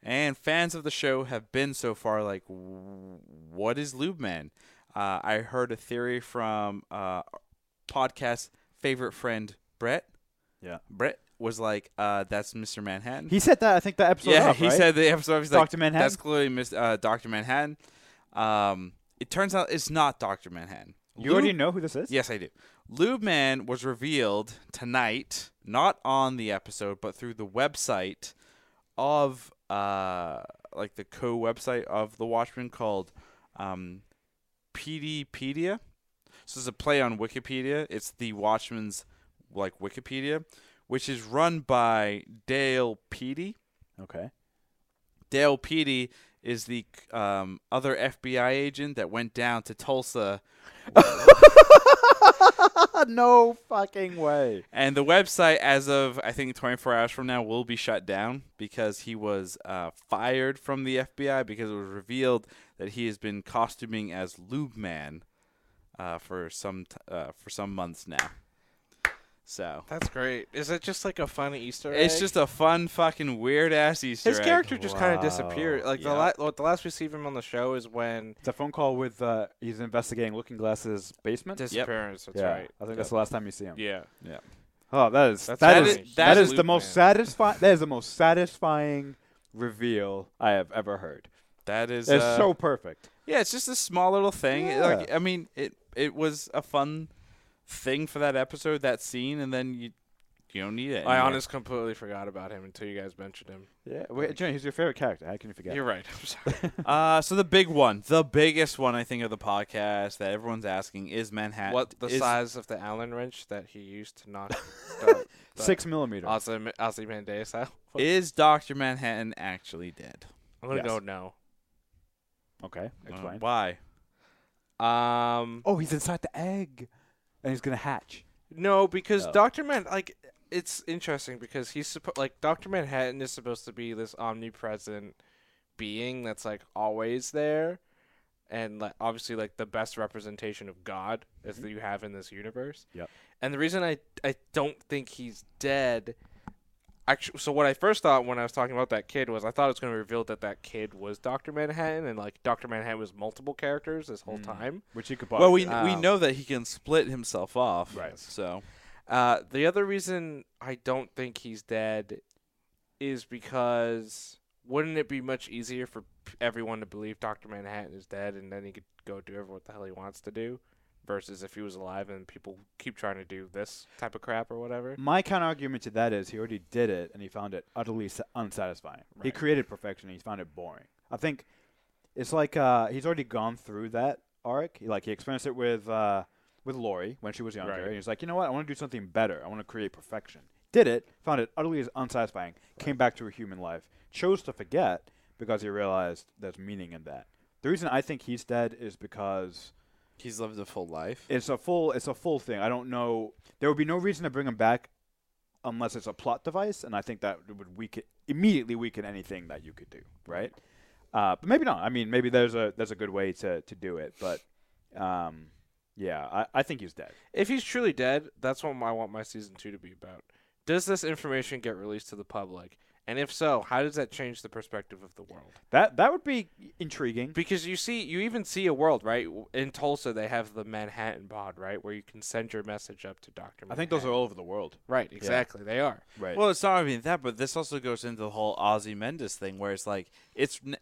[SPEAKER 1] And fans of the show have been so far like, "W- "What is Lube Man?" Uh, I heard a theory from uh, podcast favorite friend Brett.
[SPEAKER 2] Yeah.
[SPEAKER 1] Brett was like, uh, "That's Mr. Manhattan."
[SPEAKER 2] He said that I think that episode.
[SPEAKER 1] yeah,
[SPEAKER 2] up,
[SPEAKER 1] he
[SPEAKER 2] right?
[SPEAKER 1] said the episode. He's like,
[SPEAKER 2] Dr. Manhattan?
[SPEAKER 1] That's clearly Miss uh, Doctor Manhattan. Um, it turns out it's not Doctor Manhattan.
[SPEAKER 2] You already know who this is.
[SPEAKER 1] Yes, I do. Lube Man was revealed tonight, not on the episode, but through the website of uh, like the co website of the Watchmen called um, PDpedia. So it's a play on Wikipedia. It's the Watchmen's like Wikipedia, which is run by Dale Peedy.
[SPEAKER 2] Okay. [LAUGHS]
[SPEAKER 1] Dale Peedy is the um, other FBI agent that went down to Tulsa,
[SPEAKER 2] no fucking way.
[SPEAKER 1] and the website, as of I think 24 hours from now, will be shut down because he was uh, fired from the FBI because it was revealed that he has been costuming as Lube Man uh, for some t- uh, for some months now. So
[SPEAKER 3] That's great. Is it just like a fun Easter egg?
[SPEAKER 1] it's just a fun fucking weird ass Easter
[SPEAKER 3] his
[SPEAKER 1] egg.
[SPEAKER 3] character just kind of
[SPEAKER 2] Wow.
[SPEAKER 3] disappeared. Like the, la-
[SPEAKER 1] Yeah.
[SPEAKER 3] well, the last we see of him on the show is when
[SPEAKER 2] It's a phone call with uh, he's investigating Looking Glass's basement.
[SPEAKER 3] disappearance. That's
[SPEAKER 2] yeah,
[SPEAKER 3] right.
[SPEAKER 2] I think that's the last time you see him.
[SPEAKER 3] Yeah.
[SPEAKER 2] Oh, that is that's
[SPEAKER 3] That's
[SPEAKER 2] that
[SPEAKER 3] funny.
[SPEAKER 2] is
[SPEAKER 3] That is-
[SPEAKER 2] that
[SPEAKER 3] that
[SPEAKER 2] is
[SPEAKER 3] is
[SPEAKER 2] the most satisfying that is the most satisfying reveal I have ever heard.
[SPEAKER 1] That is
[SPEAKER 2] It's
[SPEAKER 1] uh,
[SPEAKER 2] so perfect.
[SPEAKER 1] Yeah, it's just a small little thing. It, Like I mean, it it was a fun thing for that episode, that scene, and then you You don't need it.
[SPEAKER 3] I
[SPEAKER 1] anymore.
[SPEAKER 3] honestly completely forgot about him until you guys mentioned him.
[SPEAKER 2] Yeah, wait, Junior, who's your favorite character? How can you forget? [LAUGHS]
[SPEAKER 3] You're right. [LAUGHS] I'm sorry.
[SPEAKER 1] [LAUGHS] Uh, so the big one, the biggest one, I think, of the podcast that everyone's asking is Manhattan.
[SPEAKER 3] what the
[SPEAKER 1] is-
[SPEAKER 3] size of the Allen wrench that he used
[SPEAKER 2] [LAUGHS]
[SPEAKER 3] to knock the, the
[SPEAKER 2] Six millimeter.
[SPEAKER 3] Ozzy Ozymandias out?
[SPEAKER 1] is Doctor Manhattan actually dead?
[SPEAKER 3] I'm gonna
[SPEAKER 2] Yes.
[SPEAKER 3] go no.
[SPEAKER 2] okay,
[SPEAKER 1] Uh,
[SPEAKER 2] explain.
[SPEAKER 1] why?
[SPEAKER 3] Um,
[SPEAKER 2] oh, he's inside the egg, and he's gonna hatch.
[SPEAKER 3] no, because
[SPEAKER 2] Oh.
[SPEAKER 3] Doctor Man, like, it's interesting because he's supposed like Doctor Manhattan is supposed to be this omnipresent being that's like always there, and like obviously like the best representation of God as that you have in this universe.
[SPEAKER 2] Mm-hmm. Yep.
[SPEAKER 3] And the reason I I don't think he's dead. Actually, so what I first thought when I was talking about that kid was I thought it was going to reveal that that kid was Doctor Manhattan and like Doctor Manhattan was multiple characters this
[SPEAKER 2] Mm.
[SPEAKER 3] whole time.
[SPEAKER 2] Which he could.
[SPEAKER 1] Well, we we
[SPEAKER 3] Um,
[SPEAKER 1] know that he can split himself off.
[SPEAKER 2] Right.
[SPEAKER 1] So
[SPEAKER 3] Uh, the other reason I don't think he's dead is because wouldn't it be much easier for p- everyone to believe Doctor Manhattan is dead and then he could go do whatever what the hell he wants to do, versus if he was alive and people keep trying to do this type of crap or whatever.
[SPEAKER 2] My counter argument to that is he already did it, and he found it utterly sa- unsatisfying. He
[SPEAKER 3] Right.
[SPEAKER 2] created perfection, and he found it boring. I think it's like uh, he's already gone through that arc. He- Like he experienced it with uh, with Lori when she was younger,
[SPEAKER 3] Right.
[SPEAKER 2] and he's like, you know what? I want to do something better. I want to create perfection. Did it? Found it utterly as unsatisfying. Came back to a human life. Chose to forget because he realized there's meaning in that. The reason I think he's dead is because
[SPEAKER 1] he's lived a full life.
[SPEAKER 2] it's a full it's a full thing. I don't know. There would be no reason to bring him back unless it's a plot device, and I think that would weaken immediately weaken anything that you could do, right? Uh, but maybe not. I mean, maybe there's a there's a good way to, to do it, but um, yeah, I, I think he's dead.
[SPEAKER 3] If he's truly dead, that's what I want my season two to be about. Does this information get released to the public? And if so, how does that change the perspective of the world?
[SPEAKER 2] That that would be intriguing.
[SPEAKER 3] Because you see, you even see a world, right? W- In Tulsa, they have the Manhattan pod, right, where you can send your message up to Doctor.
[SPEAKER 2] I think those are all over the world,
[SPEAKER 3] right. Exactly, they are.
[SPEAKER 2] right?
[SPEAKER 1] Well, it's not even that, but this also goes into the whole Ozzy Mendes thing, where it's like it's n-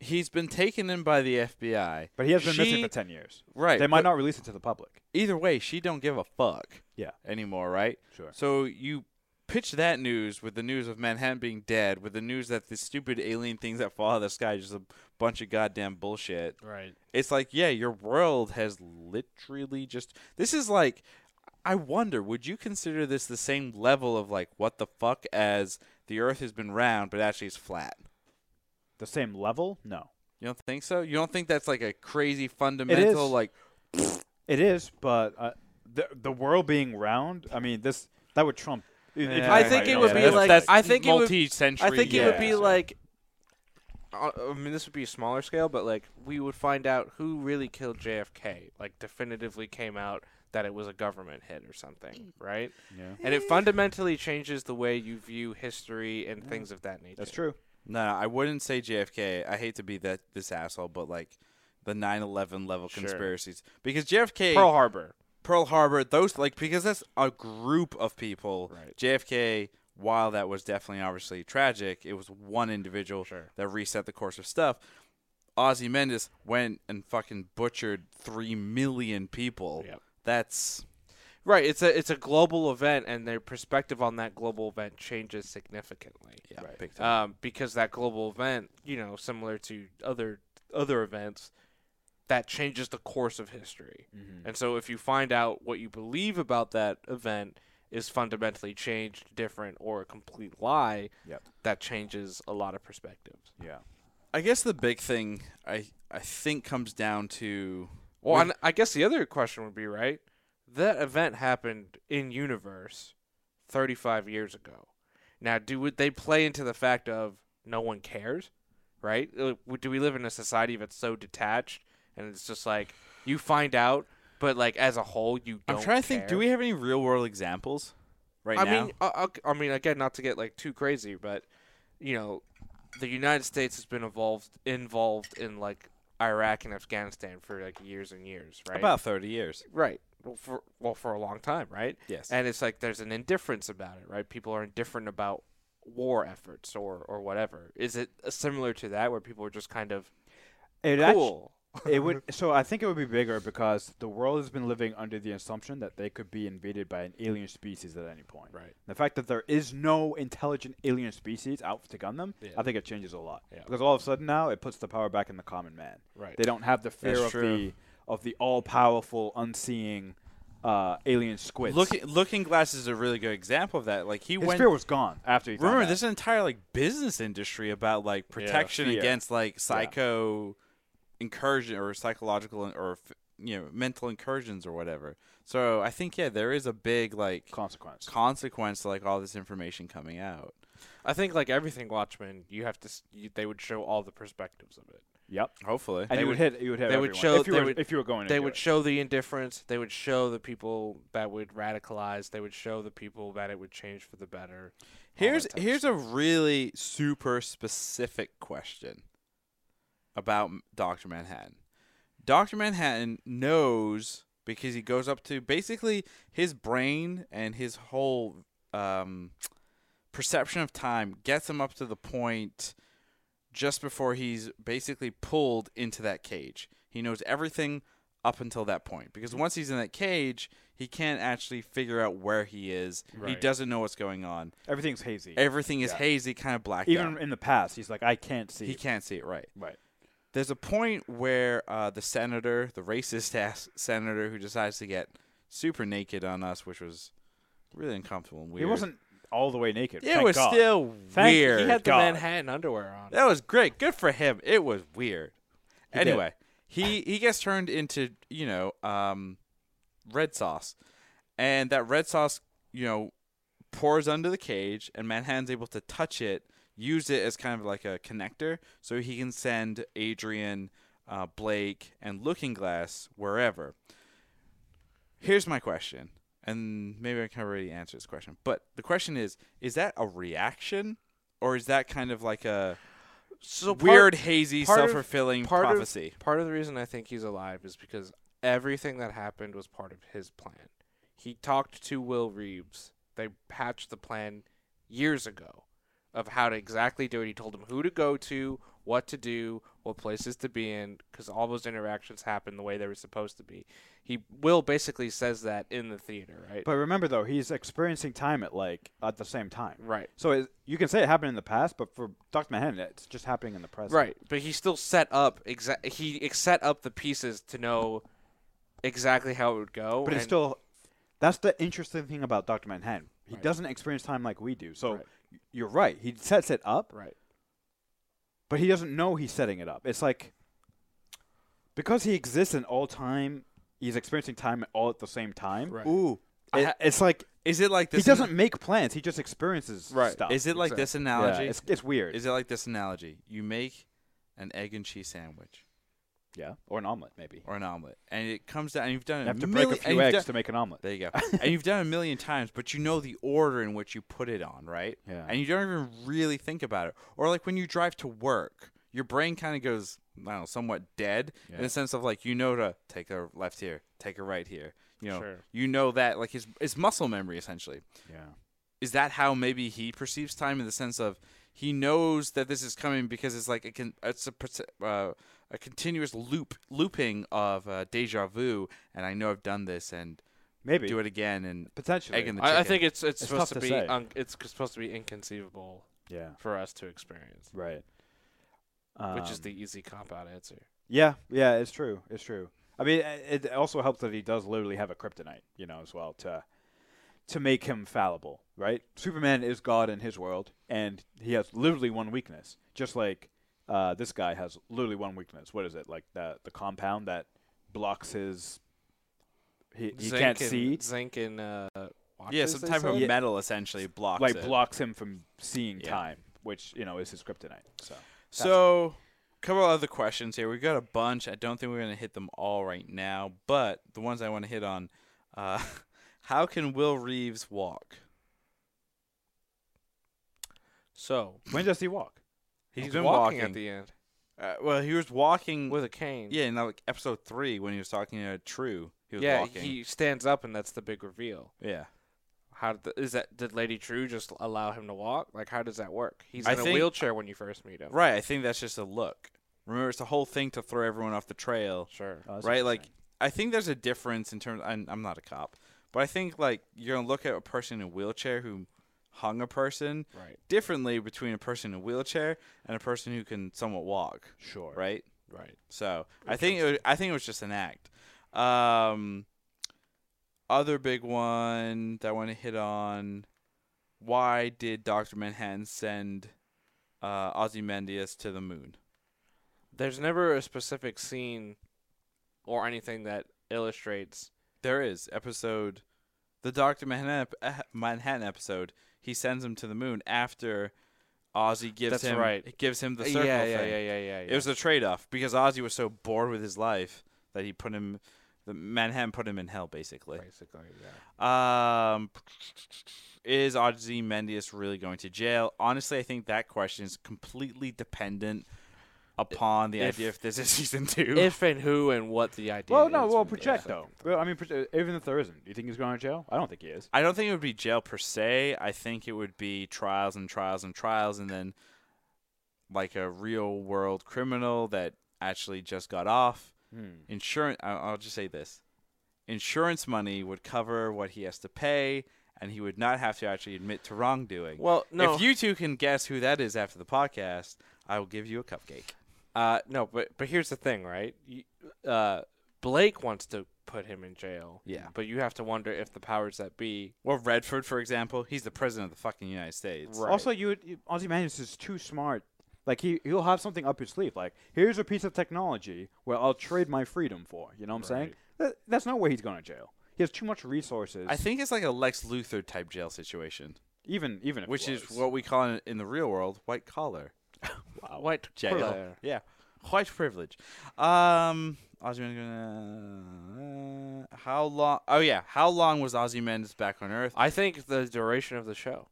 [SPEAKER 1] he's been taken in by the FBI,
[SPEAKER 2] but he has been missing
[SPEAKER 1] she-
[SPEAKER 2] for ten years.
[SPEAKER 1] right?
[SPEAKER 2] They might
[SPEAKER 1] but
[SPEAKER 2] not release it to the public.
[SPEAKER 1] Either way, she don't give a fuck.
[SPEAKER 2] Yeah.
[SPEAKER 1] Anymore, right?
[SPEAKER 2] Sure.
[SPEAKER 1] So you pitch that news with the news of Manhattan being dead, with the news that the stupid alien things that fall out of the sky is just a bunch of goddamn bullshit.
[SPEAKER 3] Right.
[SPEAKER 1] It's like, yeah, your world has literally just. This is like, I wonder, would you consider this the same level of like what the fuck as the Earth has been round, but actually it's flat?
[SPEAKER 2] The same level? No.
[SPEAKER 1] You don't think so? You don't think that's like a crazy fundamental
[SPEAKER 2] is.
[SPEAKER 1] like?
[SPEAKER 2] It is, but uh, the the world being round. I mean, this that would trump. if- if
[SPEAKER 3] Yeah,
[SPEAKER 2] you
[SPEAKER 3] I
[SPEAKER 2] think
[SPEAKER 3] think
[SPEAKER 2] about
[SPEAKER 3] it
[SPEAKER 2] on
[SPEAKER 3] would
[SPEAKER 2] the
[SPEAKER 3] be
[SPEAKER 2] other
[SPEAKER 3] like-
[SPEAKER 2] side.
[SPEAKER 1] that's
[SPEAKER 3] I think it would-
[SPEAKER 1] multi-century.
[SPEAKER 3] I think it would be
[SPEAKER 2] Yeah.
[SPEAKER 3] like. uh, I mean, this would be a smaller scale, but like we would find out who really killed JFK. Like, definitively came out that it was a government hit or something, right?
[SPEAKER 2] Yeah.
[SPEAKER 3] And it fundamentally changes the way you view history and things of that nature.
[SPEAKER 2] That's true.
[SPEAKER 1] No, no, I wouldn't say JFK. I hate to be that this asshole, but like the 9/11 level
[SPEAKER 3] Sure.
[SPEAKER 1] conspiracies because JFK,
[SPEAKER 3] Pearl
[SPEAKER 1] Pearl,
[SPEAKER 3] Harbor.
[SPEAKER 1] Harbor, those like because that's a group of people.
[SPEAKER 3] Right.
[SPEAKER 1] JFK, while that was definitely obviously tragic, it was one individual
[SPEAKER 3] Sure.
[SPEAKER 1] that reset the course of stuff. Ozzy Mendes went and fucking butchered three million people.
[SPEAKER 3] Yep.
[SPEAKER 1] That's
[SPEAKER 3] Right, it's a it's a global event, and their perspective on that global event changes significantly.
[SPEAKER 1] yeah,
[SPEAKER 2] Right.
[SPEAKER 1] big time.
[SPEAKER 3] Um, because that global event, you know, similar to other other events, that changes the course of history. And so, if you find out what you believe about that event is fundamentally changed, different, or a complete lie,
[SPEAKER 2] Yep.
[SPEAKER 3] that changes a lot of perspectives.
[SPEAKER 2] Yeah.
[SPEAKER 1] I guess the big thing I I think comes down to
[SPEAKER 3] Well, and I guess the other question would be, right? That event happened in universe 35 years ago. Now, do would they play into the fact of no one cares, right? Uh, would- Do we live in a society that's so detached and it's just like you find out, but like as a whole, you don't.
[SPEAKER 1] I'm trying to think. Do
[SPEAKER 3] care?
[SPEAKER 1] we have any real world examples right
[SPEAKER 3] I
[SPEAKER 1] now?
[SPEAKER 3] mean, I, I'll- I mean, again, not to get like too crazy, but you know, the United States has been involved involved in like Iraq and Afghanistan for like years and years, right?
[SPEAKER 1] about 30 years.
[SPEAKER 3] Right. Well, for well for a long time, right?
[SPEAKER 1] Yes.
[SPEAKER 3] And it's like there's an indifference about it, right? People are indifferent about war efforts or or whatever. Is it uh, similar to that where people are just kind of
[SPEAKER 2] It actu-
[SPEAKER 3] cool?
[SPEAKER 2] it would so I think it would be bigger because the world has been living under the assumption that they could be invaded by an alien species at any point.
[SPEAKER 3] Right.
[SPEAKER 2] The fact that there is no intelligent alien species out to gun them,
[SPEAKER 3] Yeah.
[SPEAKER 2] I think it changes a lot.
[SPEAKER 3] Yeah.
[SPEAKER 2] Because all of a sudden now it puts the power back in the common man.
[SPEAKER 3] Right.
[SPEAKER 2] They don't have the fear
[SPEAKER 1] That's
[SPEAKER 2] of
[SPEAKER 1] true.
[SPEAKER 2] the of the all powerful, unseeing uh, alien squids.
[SPEAKER 1] Looking Looking Glass is a really good example of that. Like he
[SPEAKER 2] his
[SPEAKER 1] went.
[SPEAKER 2] fear was gone after he found
[SPEAKER 1] Remember,
[SPEAKER 2] out.
[SPEAKER 1] there's an entire like business industry about like protection
[SPEAKER 2] fear.
[SPEAKER 1] against like psycho incursion or psychological or f- you know mental incursions or whatever. So I think yeah, there is a big like
[SPEAKER 2] consequence.
[SPEAKER 1] consequence to like all this information coming out.
[SPEAKER 3] I think like everything Watchmen, you have to s- you, they would show all the perspectives of it.
[SPEAKER 2] Yep.
[SPEAKER 1] Hopefully,
[SPEAKER 2] And
[SPEAKER 3] They
[SPEAKER 2] you would
[SPEAKER 3] would-
[SPEAKER 2] hit you would hit
[SPEAKER 3] they would
[SPEAKER 2] everyone.
[SPEAKER 3] show-
[SPEAKER 2] if you
[SPEAKER 3] they
[SPEAKER 2] were
[SPEAKER 3] would-
[SPEAKER 2] if you were going
[SPEAKER 3] They
[SPEAKER 2] into
[SPEAKER 3] would
[SPEAKER 2] it.
[SPEAKER 3] show the indifference. They would show the people that would radicalize. They would show the people that it would change for the better. all that
[SPEAKER 1] Here's
[SPEAKER 3] type of
[SPEAKER 1] here's
[SPEAKER 3] stuff.
[SPEAKER 1] a really super specific question about Doctor Manhattan. Doctor Manhattan knows because he goes up to basically his brain and his whole um, perception of time gets him up to the point just before he's basically pulled into that cage. He knows everything up until that point because once he's in that cage, he can't actually figure out where he is. He
[SPEAKER 3] Right.
[SPEAKER 1] doesn't know what's going on
[SPEAKER 2] everything's hazy.
[SPEAKER 1] everything is
[SPEAKER 2] Yeah.
[SPEAKER 1] hazy, kind of black.
[SPEAKER 2] Even in the past, he's like, I can't see.
[SPEAKER 1] he can't see it right.
[SPEAKER 2] Right.
[SPEAKER 1] There's a point where uh, the senator, the racist [LAUGHS] ass senator, who decides to get super naked on us, which was really uncomfortable and weird.
[SPEAKER 2] He wasn't all the way naked.
[SPEAKER 1] It
[SPEAKER 2] thank
[SPEAKER 1] was
[SPEAKER 2] God.
[SPEAKER 1] still
[SPEAKER 2] Thank- he
[SPEAKER 1] weird.
[SPEAKER 3] He had the
[SPEAKER 2] God.
[SPEAKER 3] Manhattan underwear on.
[SPEAKER 1] that was great. Good for him. It was weird.
[SPEAKER 2] did.
[SPEAKER 1] anyway, he he gets turned into you know um, red sauce, and that red sauce you know pours under the cage, and Manhattan's able to touch it, use it as kind of like a connector, so he can send Adrian, uh, Blake, and Looking Glass wherever. Here's my question, and maybe I can already answer this question, but the question is: Is that a reaction, or is that kind of like a
[SPEAKER 3] So part-
[SPEAKER 1] weird, hazy,
[SPEAKER 3] part of-
[SPEAKER 1] self-fulfilling
[SPEAKER 3] part of-
[SPEAKER 1] prophecy?
[SPEAKER 3] Part of the reason I think he's alive is because everything that happened was part of his plan. He talked to Will Reeves. They hatched the plan years ago of how to exactly do it. He told him who to go to, what to do, what places to be in, because all those interactions happened the way they were supposed to be. He Will basically says that in the theater, right?
[SPEAKER 2] But remember though, he's experiencing time at like at the same time.
[SPEAKER 3] right.
[SPEAKER 2] So it, you can say it happened in the past, but for Doctor Manhattan, it's just happening in the present.
[SPEAKER 3] Right, but he still set up exa- he ex- set up the pieces to know exactly how it would go.
[SPEAKER 2] But it's
[SPEAKER 3] and-
[SPEAKER 2] still. That's the interesting thing about Doctor Manhattan. He
[SPEAKER 3] Right.
[SPEAKER 2] doesn't experience time like we do. So
[SPEAKER 3] Right.
[SPEAKER 2] y- you're right. He sets it up,
[SPEAKER 3] right.
[SPEAKER 2] but he doesn't know he's setting it up. It's like because he exists in all time, he's experiencing time all at the same time.
[SPEAKER 3] Right.
[SPEAKER 1] Ooh,
[SPEAKER 2] It- it's like
[SPEAKER 1] is it like
[SPEAKER 2] he
[SPEAKER 1] this?
[SPEAKER 2] doesn't make plans. He just experiences
[SPEAKER 3] Right.
[SPEAKER 2] stuff.
[SPEAKER 1] Is it like this
[SPEAKER 2] Yeah,
[SPEAKER 1] analogy?
[SPEAKER 2] it's, it's weird.
[SPEAKER 1] is it like this analogy? You make an egg and cheese sandwich
[SPEAKER 2] yeah, or an omelet maybe.
[SPEAKER 1] or an omelet, and it comes down, and you've done
[SPEAKER 2] You
[SPEAKER 1] it.
[SPEAKER 2] have to
[SPEAKER 1] million,
[SPEAKER 2] break a
[SPEAKER 1] and
[SPEAKER 2] few
[SPEAKER 1] you've
[SPEAKER 2] eggs
[SPEAKER 1] done-
[SPEAKER 2] to make an omelet.
[SPEAKER 1] There
[SPEAKER 2] [LAUGHS]
[SPEAKER 1] you go. and you've done it a million times, but you know the order in which you put it on, right?
[SPEAKER 2] Yeah.
[SPEAKER 1] And you don't even really think about it. Or like when you drive to work, your brain kind of goes, I don't know, somewhat dead in
[SPEAKER 2] Yeah.
[SPEAKER 1] the sense of like you know to take a left here, take a right here. You know,
[SPEAKER 3] Sure.
[SPEAKER 1] you know that like it's it's muscle memory essentially.
[SPEAKER 2] Yeah.
[SPEAKER 1] is that how maybe he perceives time in the sense of he knows that this is coming because it's like a con- it's a perce- uh, a continuous loop looping of uh, deja vu and I know I've done this and
[SPEAKER 2] Maybe
[SPEAKER 1] do it again and
[SPEAKER 2] potentially.
[SPEAKER 1] egg in the chicken.
[SPEAKER 3] I, I think it's it's,
[SPEAKER 2] It's tough
[SPEAKER 3] supposed
[SPEAKER 2] to
[SPEAKER 3] to be
[SPEAKER 2] say.
[SPEAKER 3] un- it's c- supposed to be inconceivable
[SPEAKER 2] yeah.
[SPEAKER 3] for us to experience,
[SPEAKER 2] Right.
[SPEAKER 3] which is
[SPEAKER 2] Um,
[SPEAKER 3] the easy cop out answer.
[SPEAKER 2] yeah yeah it's true it's true. I mean i- it also helps that he does literally have a kryptonite you know as well to to make him fallible right. Superman is God in his world and he has literally one weakness just like uh, this guy has literally one weakness. What is it like the the compound that blocks his he, he
[SPEAKER 3] Zinc
[SPEAKER 2] can't
[SPEAKER 3] and,
[SPEAKER 2] see
[SPEAKER 3] zinc and uh, watches,
[SPEAKER 1] yeah, some
[SPEAKER 3] they
[SPEAKER 1] type of
[SPEAKER 3] said?
[SPEAKER 2] Yeah.
[SPEAKER 1] metal essentially blocks
[SPEAKER 2] like
[SPEAKER 1] it.
[SPEAKER 2] blocks him from seeing
[SPEAKER 1] Yeah.
[SPEAKER 2] time, which you know is his kryptonite. So
[SPEAKER 1] So, a couple other questions here. We've got a bunch. I don't think we're going to hit them all right now, but the ones I want to hit on uh, [LAUGHS] how can Will Reeves walk?
[SPEAKER 3] So
[SPEAKER 2] when does he walk?
[SPEAKER 1] He's
[SPEAKER 3] he's
[SPEAKER 1] been
[SPEAKER 3] walking, Mm.
[SPEAKER 1] walking.
[SPEAKER 3] at the end
[SPEAKER 1] Uh, well, he was walking
[SPEAKER 3] with a cane.
[SPEAKER 1] Yeah, in like episode three when he was talking to True, he was
[SPEAKER 3] yeah.
[SPEAKER 1] walking.
[SPEAKER 3] He stands up, and that's the big reveal.
[SPEAKER 1] yeah,
[SPEAKER 3] How did the, is that? Did Lady True just allow him to walk? Like, how does that work? He's
[SPEAKER 1] I
[SPEAKER 3] in a
[SPEAKER 1] think-
[SPEAKER 3] wheelchair when you first meet him.
[SPEAKER 1] right. I think that's just a look. Remember, it's a whole thing to throw everyone off the trail,
[SPEAKER 3] Sure.
[SPEAKER 2] Oh, that's what
[SPEAKER 1] right?
[SPEAKER 2] you're
[SPEAKER 1] Like,
[SPEAKER 2] saying.
[SPEAKER 1] I think there's a difference in terms. I'm, I'm not a cop, but I think like you're gonna look at a person in a wheelchair who hung a person
[SPEAKER 3] Right.
[SPEAKER 1] differently between a person in a wheelchair and a person who can somewhat walk,
[SPEAKER 2] sure.
[SPEAKER 1] right?
[SPEAKER 3] Right.
[SPEAKER 1] So I think it was, I think it was just an act. Um, other big one that I want to hit on: Why did Doctor Manhattan send uh, Ozymandias to the moon?
[SPEAKER 3] There's never a specific scene or anything that illustrates.
[SPEAKER 1] There is episode, the Doctor Manhattan, ep- eh, Manhattan episode. He sends him to the moon after Ozzy gives
[SPEAKER 3] That's
[SPEAKER 1] him
[SPEAKER 3] right.
[SPEAKER 1] gives him the
[SPEAKER 3] Yeah,
[SPEAKER 1] circle
[SPEAKER 3] Uh, yeah,
[SPEAKER 1] thing.
[SPEAKER 3] yeah, yeah, yeah, yeah.
[SPEAKER 1] It was a trade off because Ozzy was so bored with his life that he put him, the Manhattan put him in hell basically.
[SPEAKER 3] basically, yeah.
[SPEAKER 1] Um, is Ozzy Mendius really going to jail? Honestly, I think that question is completely dependent upon the
[SPEAKER 3] If-
[SPEAKER 1] idea if this is season two.
[SPEAKER 3] If and who and what the idea.
[SPEAKER 2] Well, no,
[SPEAKER 3] is
[SPEAKER 2] well,
[SPEAKER 3] for the
[SPEAKER 2] project though.
[SPEAKER 3] second
[SPEAKER 2] Well, I mean, proje- even if there isn't, do you think he's going to jail? I don't think he is.
[SPEAKER 1] I don't think it would be jail per se. I think it would be trials and trials and trials, and then like a real world criminal that actually just got off.
[SPEAKER 2] Hmm.
[SPEAKER 1] Insurance. I'll just say this: insurance money would cover what he has to pay, and he would not have to actually admit to wrongdoing.
[SPEAKER 3] Well, no.
[SPEAKER 1] If you two can guess who that is after the podcast, I will give you a cupcake.
[SPEAKER 3] Uh, no, but but here's the thing, right? You, uh, Blake wants to put him in jail.
[SPEAKER 1] Yeah.
[SPEAKER 3] But you have to wonder if the powers that be.
[SPEAKER 1] Well, Redford, for example, he's the president of the fucking United States.
[SPEAKER 3] Right.
[SPEAKER 2] Also, you would, you- Ozymandias is too smart. Like he he'll have something up his sleeve. Like here's a piece of technology where I'll trade my freedom for. You know what I'm saying? That, that's not where he's going to jail. He has too much resources.
[SPEAKER 1] I think it's like a Lex Luthor type jail situation,
[SPEAKER 2] even even if it
[SPEAKER 1] which is
[SPEAKER 2] was.
[SPEAKER 1] what we call in, in the real world white collar
[SPEAKER 3] [LAUGHS] White
[SPEAKER 1] jail.
[SPEAKER 3] collar.
[SPEAKER 1] Yeah, white privilege. Um, Ozymandias. Uh, how long? Oh yeah, how long was Ozymandias back on Earth?
[SPEAKER 3] I think the duration of the show.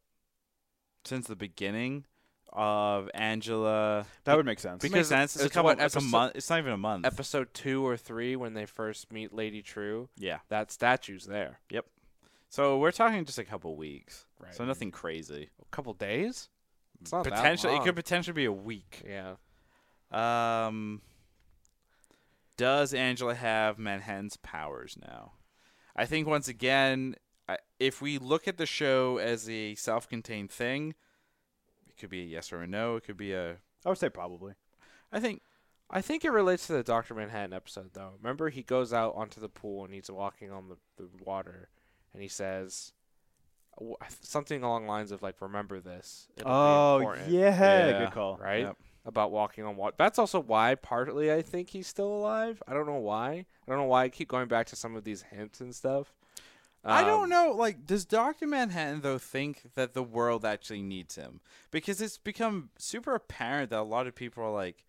[SPEAKER 1] Since the beginning of Angela.
[SPEAKER 2] that would make sense.
[SPEAKER 1] Because
[SPEAKER 3] Makes
[SPEAKER 1] that's it's a
[SPEAKER 3] it's
[SPEAKER 1] couple.
[SPEAKER 3] what,
[SPEAKER 1] it's a
[SPEAKER 3] episode-
[SPEAKER 1] month. It's not even a month.
[SPEAKER 3] Episode two or three, when they first meet Lady True,
[SPEAKER 1] yeah.
[SPEAKER 3] that statue's there.
[SPEAKER 1] So we're talking just a couple weeks.
[SPEAKER 3] Right.
[SPEAKER 1] So nothing crazy.
[SPEAKER 3] A couple days. It's not that
[SPEAKER 1] Potentially, it
[SPEAKER 3] long.
[SPEAKER 1] could potentially be a week.
[SPEAKER 3] Yeah.
[SPEAKER 1] Um, does Angela have Manhattan's powers now? I think once again, I- if we look at the show as a self-contained thing, it could be a yes or a no. It could be a.
[SPEAKER 2] I would say probably.
[SPEAKER 1] I think
[SPEAKER 3] I think it relates to the Doctor Manhattan episode, though. Remember, he goes out onto the pool and he's walking on the, the water, and he says w- something along the lines of like, "Remember this." It'll be
[SPEAKER 2] Oh
[SPEAKER 3] important,"
[SPEAKER 2] yeah,
[SPEAKER 1] Yeah.
[SPEAKER 2] good call.
[SPEAKER 3] right
[SPEAKER 1] Yep.
[SPEAKER 3] about walking on water. That's also why, partly, I think he's still alive. I don't know why. I don't know why I keep going back to some of these hints and stuff.
[SPEAKER 1] I
[SPEAKER 3] Um,
[SPEAKER 1] don't know. Like, does Doctor Manhattan though think that the world actually needs him? Because it's become super apparent that a lot of people are like,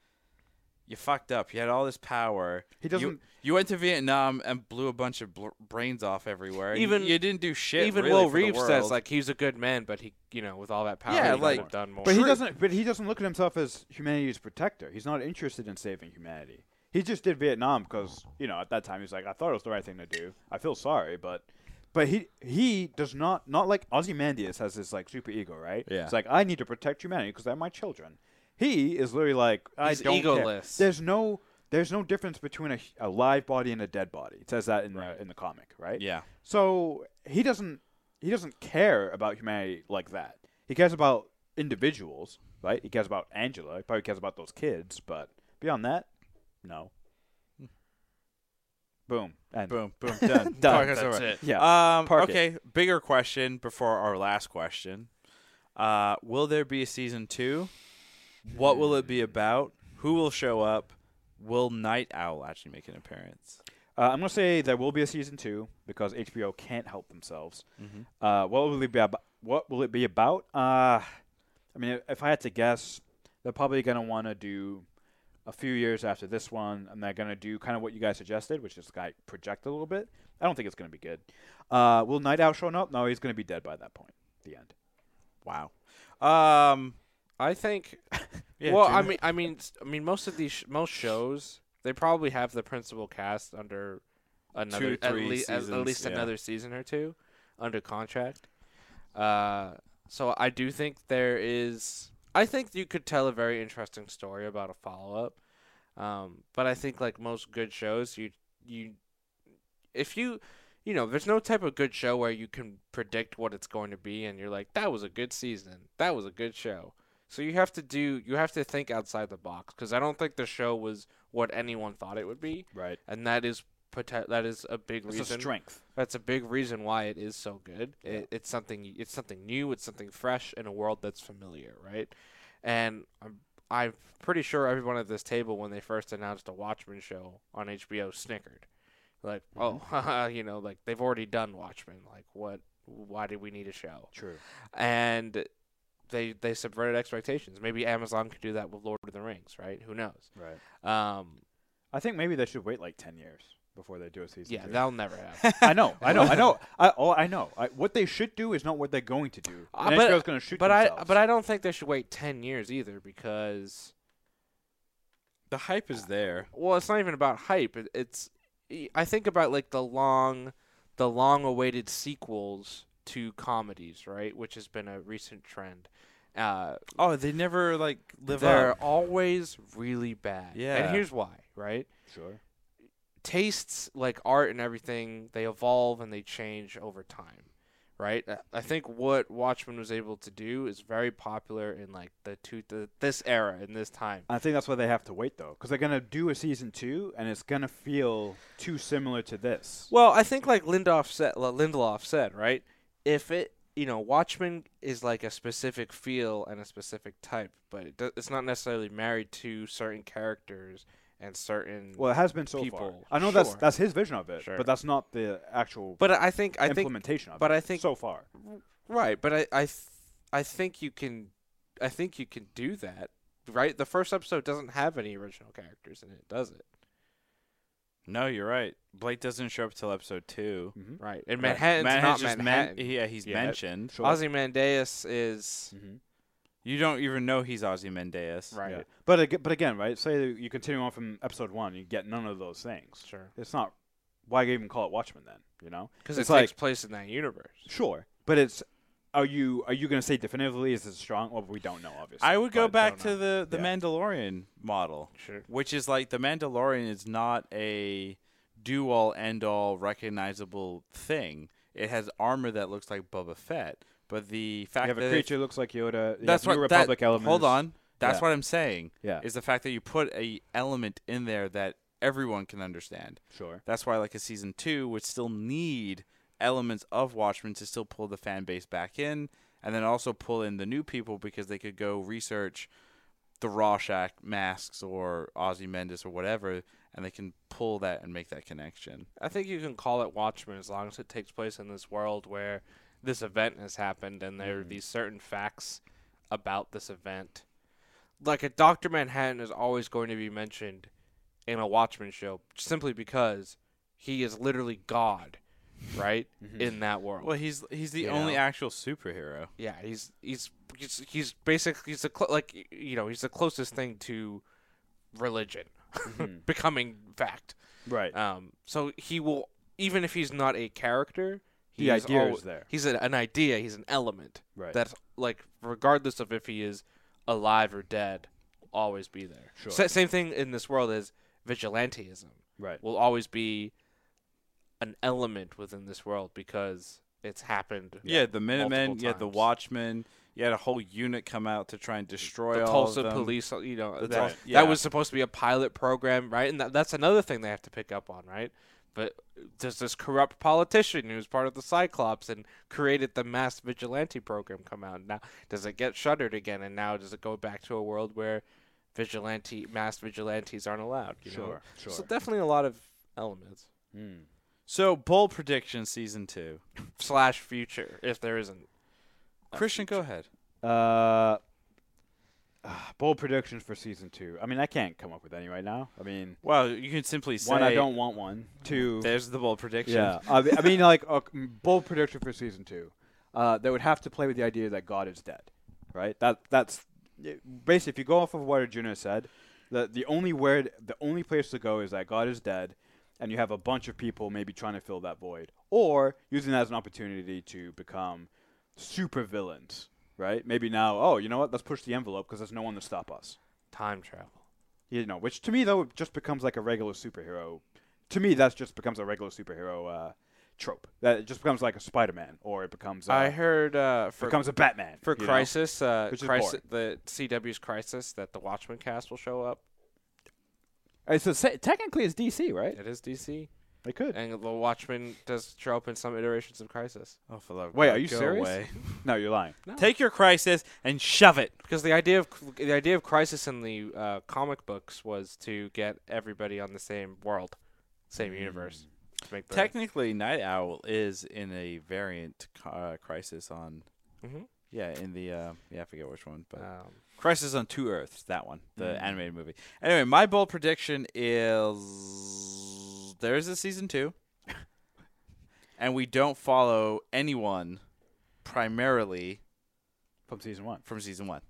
[SPEAKER 1] "You fucked up. You had all this power.
[SPEAKER 2] He
[SPEAKER 1] You- You,
[SPEAKER 2] doesn't-
[SPEAKER 1] went to Vietnam and blew a bunch of bl- brains off everywhere. and
[SPEAKER 3] Even-
[SPEAKER 1] you didn't do shit.
[SPEAKER 3] Even
[SPEAKER 1] really
[SPEAKER 3] Will
[SPEAKER 1] for the
[SPEAKER 3] Reeves says
[SPEAKER 1] world."
[SPEAKER 3] like he's a good man, but he, you know, with all that power,
[SPEAKER 1] Yeah,
[SPEAKER 3] he could
[SPEAKER 1] like-
[SPEAKER 3] have done more.
[SPEAKER 2] But he
[SPEAKER 1] True.
[SPEAKER 2] doesn't. But he doesn't look at himself as humanity's protector. He's not interested in saving humanity. He just did Vietnam because you know at that time he was like, I thought it was the right thing to do. I feel sorry, but but he he does not not like Ozymandias has this like super ego, right?
[SPEAKER 1] Yeah.
[SPEAKER 2] It's like I need to protect humanity because they're my children. He is literally like I
[SPEAKER 3] He's
[SPEAKER 2] don't
[SPEAKER 3] egoless.
[SPEAKER 2] Care. There's no there's no difference between a, a live body and a dead body. It says that in the, in the comic, right?
[SPEAKER 1] "Yeah,
[SPEAKER 2] So he doesn't he doesn't care about humanity like that. He cares about individuals, right? He cares about Angela. He probably cares about those kids, but beyond that, no. Boom. And
[SPEAKER 1] boom, [LAUGHS] boom, done, Podcast
[SPEAKER 2] Done.
[SPEAKER 3] That's
[SPEAKER 1] over.
[SPEAKER 3] it.
[SPEAKER 2] yeah.
[SPEAKER 1] Um,
[SPEAKER 2] Park it.
[SPEAKER 1] okay, bigger question before our last question. Uh, will there be a season two? What will it be about? Who will show up? Will Night Owl actually make an appearance?
[SPEAKER 2] Uh, I'm gonna say there will be a season two because HBO can't help themselves. Uh, what will it be about? What will it be about? Uh, I mean, if I had to guess, they're probably gonna want to do a few years after this one, and they're gonna do kind of what you guys suggested, which is like project a little bit. I don't think it's gonna be good. Uh, will Night Owl show up? No, he's gonna be dead by that point. The end.
[SPEAKER 1] Wow. Um,
[SPEAKER 3] I think.
[SPEAKER 1] [LAUGHS] Yeah,
[SPEAKER 3] well, I
[SPEAKER 1] Jim.
[SPEAKER 3] mean, I mean, s- I mean, most of these sh- most shows they probably have the principal cast under another
[SPEAKER 1] Two,
[SPEAKER 3] at,
[SPEAKER 1] three
[SPEAKER 3] lea- at- at,
[SPEAKER 1] seasons,
[SPEAKER 3] least
[SPEAKER 1] yeah.
[SPEAKER 3] another season or two under contract. Uh, so I do think there is. I think you could tell a very interesting story about a follow up. Um, but I think like most good shows, you you if you you know, there's no type of good show where you can predict what it's going to be and you're like, that was a good season. That was a good show. So you have to do you have to think outside the box because I don't think the show was what anyone thought it would be,
[SPEAKER 2] Right.
[SPEAKER 3] and that is prote- that is a big
[SPEAKER 2] It's a
[SPEAKER 3] reason
[SPEAKER 2] strength.
[SPEAKER 3] that's a big reason why it is so good. It, it's something it's something new, it's something fresh in a world that's familiar, right? And I'm I'm pretty sure everyone at this table when they first announced a Watchmen show on HBO snickered. Like, oh, [LAUGHS] haha, you know, like they've already done Watchmen. Like, what? Why did we need a show?
[SPEAKER 2] True.
[SPEAKER 3] And they they subverted expectations. Maybe Amazon could do that with Lord of the Rings, right? Who knows?
[SPEAKER 2] Right.
[SPEAKER 3] Um,
[SPEAKER 2] I think maybe they should wait like ten years before they do a season.
[SPEAKER 3] yeah,
[SPEAKER 2] two.
[SPEAKER 3] that'll never happen.
[SPEAKER 2] I know, I know, I
[SPEAKER 3] [LAUGHS]
[SPEAKER 2] know. I, oh, I know. I, what they should do is not what they're going to do.
[SPEAKER 3] Uh,
[SPEAKER 2] And
[SPEAKER 3] but-
[SPEAKER 2] HBO's going to shoot
[SPEAKER 3] but
[SPEAKER 2] themselves.
[SPEAKER 3] I but I don't think they should wait ten years either because
[SPEAKER 1] The hype is there.
[SPEAKER 3] well it's not even about hype it, it's i think about like the long the long awaited sequels to comedies right which has been a recent trend uh,
[SPEAKER 1] Oh, they never like live
[SPEAKER 3] they're
[SPEAKER 1] up.
[SPEAKER 3] always really bad
[SPEAKER 1] Yeah.
[SPEAKER 3] and here's why right
[SPEAKER 2] sure.
[SPEAKER 3] tastes like art and everything they evolve and they change over time right I- i think what watchmen was able to do is very popular in like the two the, this era in this time
[SPEAKER 2] I think that's why they have to wait though, because they're going to do a season two, and it's going to feel too similar to this.
[SPEAKER 3] Well, I think like Lindelof said, li- Lindelof said, right? If it, you know, Watchmen is like a specific feel and a specific type, but it do- it's not necessarily married to certain characters and certain.
[SPEAKER 2] Well, it has been so far.
[SPEAKER 3] People,
[SPEAKER 2] I know that's
[SPEAKER 3] sure.
[SPEAKER 2] that's his vision of it,
[SPEAKER 3] Sure.
[SPEAKER 2] but that's not the actual
[SPEAKER 3] but I think I think
[SPEAKER 2] implementation of
[SPEAKER 3] but
[SPEAKER 2] it.
[SPEAKER 3] I think-
[SPEAKER 2] so far.
[SPEAKER 3] right, but I I th- I think you can, I think you can do that, right? The first episode doesn't have any original characters in it, does it?
[SPEAKER 1] No, you're right. Blake doesn't show up till episode two.
[SPEAKER 2] Mm-hmm.
[SPEAKER 3] Right, and Manhattan's
[SPEAKER 1] Manhattan's
[SPEAKER 3] not
[SPEAKER 1] just men-
[SPEAKER 3] Manhattan.
[SPEAKER 1] yeah, he's
[SPEAKER 2] Yeah.
[SPEAKER 1] mentioned.
[SPEAKER 2] Sure.
[SPEAKER 3] Ozymandias is
[SPEAKER 2] Mhm.
[SPEAKER 1] You don't even know he's Ozymandias.
[SPEAKER 3] Mm-hmm. right.
[SPEAKER 2] Yeah. But ag- but again, right? Say that you continue on from episode one, you get none of those things.
[SPEAKER 3] Sure,
[SPEAKER 2] It's not. Why even call it Watchmen then? You know.
[SPEAKER 3] because it
[SPEAKER 2] It's
[SPEAKER 3] takes
[SPEAKER 2] like-
[SPEAKER 3] place in that universe.
[SPEAKER 2] Sure, but it's are you are you going to say definitively is it strong? Well, we don't know, obviously.
[SPEAKER 1] I would go
[SPEAKER 2] but-
[SPEAKER 1] back
[SPEAKER 3] don't
[SPEAKER 1] to the the
[SPEAKER 2] Yeah.
[SPEAKER 1] Mandalorian model,
[SPEAKER 3] Sure.
[SPEAKER 1] which is like the Mandalorian is not a do all end all recognizable thing. It has armor that looks like Boba Fett, but the fact
[SPEAKER 2] You have
[SPEAKER 1] that
[SPEAKER 2] a
[SPEAKER 1] it-
[SPEAKER 2] creature looks like Yoda. You
[SPEAKER 1] that's
[SPEAKER 2] have
[SPEAKER 1] what
[SPEAKER 2] New
[SPEAKER 1] that-
[SPEAKER 2] Republic elements.
[SPEAKER 1] Hold on, that's
[SPEAKER 2] Yeah.
[SPEAKER 1] what I'm saying.
[SPEAKER 2] Yeah.
[SPEAKER 1] is the fact that you put a element in there that everyone can understand.
[SPEAKER 2] Sure.
[SPEAKER 1] That's why like a season two would still need elements of Watchmen to still pull the fan base back in, and then also pull in the new people because they could go research the Rorschach masks or Ozymandias or whatever, and they can pull that and make that connection.
[SPEAKER 3] I think you can call it Watchmen as long as it takes place in this world where this event has happened and there are these certain facts about this event. Like a Doctor Manhattan is always going to be mentioned in a Watchmen show simply because he is literally God, right? In that world.
[SPEAKER 1] Well, he's he's the
[SPEAKER 3] You
[SPEAKER 1] only
[SPEAKER 3] know?
[SPEAKER 1] actual superhero.
[SPEAKER 3] yeah, he's he's he's, he's basically he's the cl- like y- you know he's the closest thing to religion [LAUGHS] becoming fact.
[SPEAKER 2] Right.
[SPEAKER 1] Uh,
[SPEAKER 3] Um, so he will, even if he's not a character, he
[SPEAKER 2] The
[SPEAKER 3] is
[SPEAKER 2] idea
[SPEAKER 3] al-
[SPEAKER 2] is there.
[SPEAKER 3] He's an, an idea. He's an element
[SPEAKER 2] Right.
[SPEAKER 3] that's like, regardless of if he is alive or dead, always be there.
[SPEAKER 2] Sure.
[SPEAKER 3] Sa- same thing in this world as vigilantism
[SPEAKER 2] right.
[SPEAKER 3] will always be an element within this world because it's happened.
[SPEAKER 1] Yeah, the Minutemen,
[SPEAKER 3] multiple
[SPEAKER 1] you had the
[SPEAKER 3] times.
[SPEAKER 1] Watchmen, you had a whole unit come out to try and destroy
[SPEAKER 3] the
[SPEAKER 1] all
[SPEAKER 3] Tulsa
[SPEAKER 1] of them.
[SPEAKER 3] police, uh, you know,
[SPEAKER 1] The
[SPEAKER 3] that,
[SPEAKER 1] Tulsa-
[SPEAKER 3] that
[SPEAKER 1] yeah.
[SPEAKER 3] was supposed to be a pilot program, right? And that, that's another thing they have to pick up on, right? But does this corrupt politician who's part of the Cyclops and created the mass vigilante program come out now? Does it get shuttered again? And now does it go back to a world where vigilante mass vigilantes aren't allowed? you know?
[SPEAKER 2] Sure. Sure.
[SPEAKER 3] So definitely a lot of elements
[SPEAKER 2] Mm.
[SPEAKER 1] So, bold prediction season two.
[SPEAKER 3] slash future if there isn't.
[SPEAKER 1] Christian, go ahead.
[SPEAKER 2] Uh, bold predictions for season two. I mean, I can't come up with any right now. I mean,
[SPEAKER 1] Well, you can simply say
[SPEAKER 2] one, I don't want one. Two,
[SPEAKER 1] There's the bold prediction.
[SPEAKER 2] yeah. I mean, I mean, like a bold prediction for season two. Uh, that would have to play with the idea that God is dead, right? That that's basically if you go off of what Arjuna said, the the only word, the only place to go is that God is dead, and you have a bunch of people maybe trying to fill that void, or using that as an opportunity to become super villains, right? Maybe now, oh, you know what? Let's push the envelope because there's no one to stop us.
[SPEAKER 3] Time travel.
[SPEAKER 2] You know, which to me though just becomes like a regular superhero. To me, that just becomes a regular superhero uh, trope. That it just becomes like a Spider-Man, or it becomes uh,
[SPEAKER 3] I heard uh, for
[SPEAKER 2] becomes a Batman
[SPEAKER 3] for
[SPEAKER 2] you know?
[SPEAKER 3] Crisis, uh,
[SPEAKER 2] Which is
[SPEAKER 3] Crisis, the CW's Crisis that the Watchmen cast will show up.
[SPEAKER 2] Uh, So se- technically, it's DC, right?
[SPEAKER 3] It is DC,
[SPEAKER 2] They could.
[SPEAKER 3] and the Watchmen does show up in some iterations of Crisis
[SPEAKER 1] Oh, for love of
[SPEAKER 2] Wait,
[SPEAKER 1] God,
[SPEAKER 2] are you
[SPEAKER 1] go
[SPEAKER 2] serious?
[SPEAKER 1] away.
[SPEAKER 2] No, you're lying.
[SPEAKER 1] Take your crisis and shove it.
[SPEAKER 3] because the idea of the idea of Crisis in the uh, comic books was to get everybody on the same world, same
[SPEAKER 2] Mm.
[SPEAKER 3] universe. To make the,
[SPEAKER 1] Technically, Night Owl is in a variant uh, crisis on.
[SPEAKER 3] Mhm.
[SPEAKER 1] Yeah, in the uh, yeah, I forget which one, but
[SPEAKER 3] um,
[SPEAKER 1] Crisis on Two Earths, that one, the
[SPEAKER 2] Uh. Mm.
[SPEAKER 1] animated movie. Anyway, my bold prediction is there is a season two,
[SPEAKER 2] [LAUGHS]
[SPEAKER 1] and we don't follow anyone primarily
[SPEAKER 2] From season one.
[SPEAKER 1] from season one.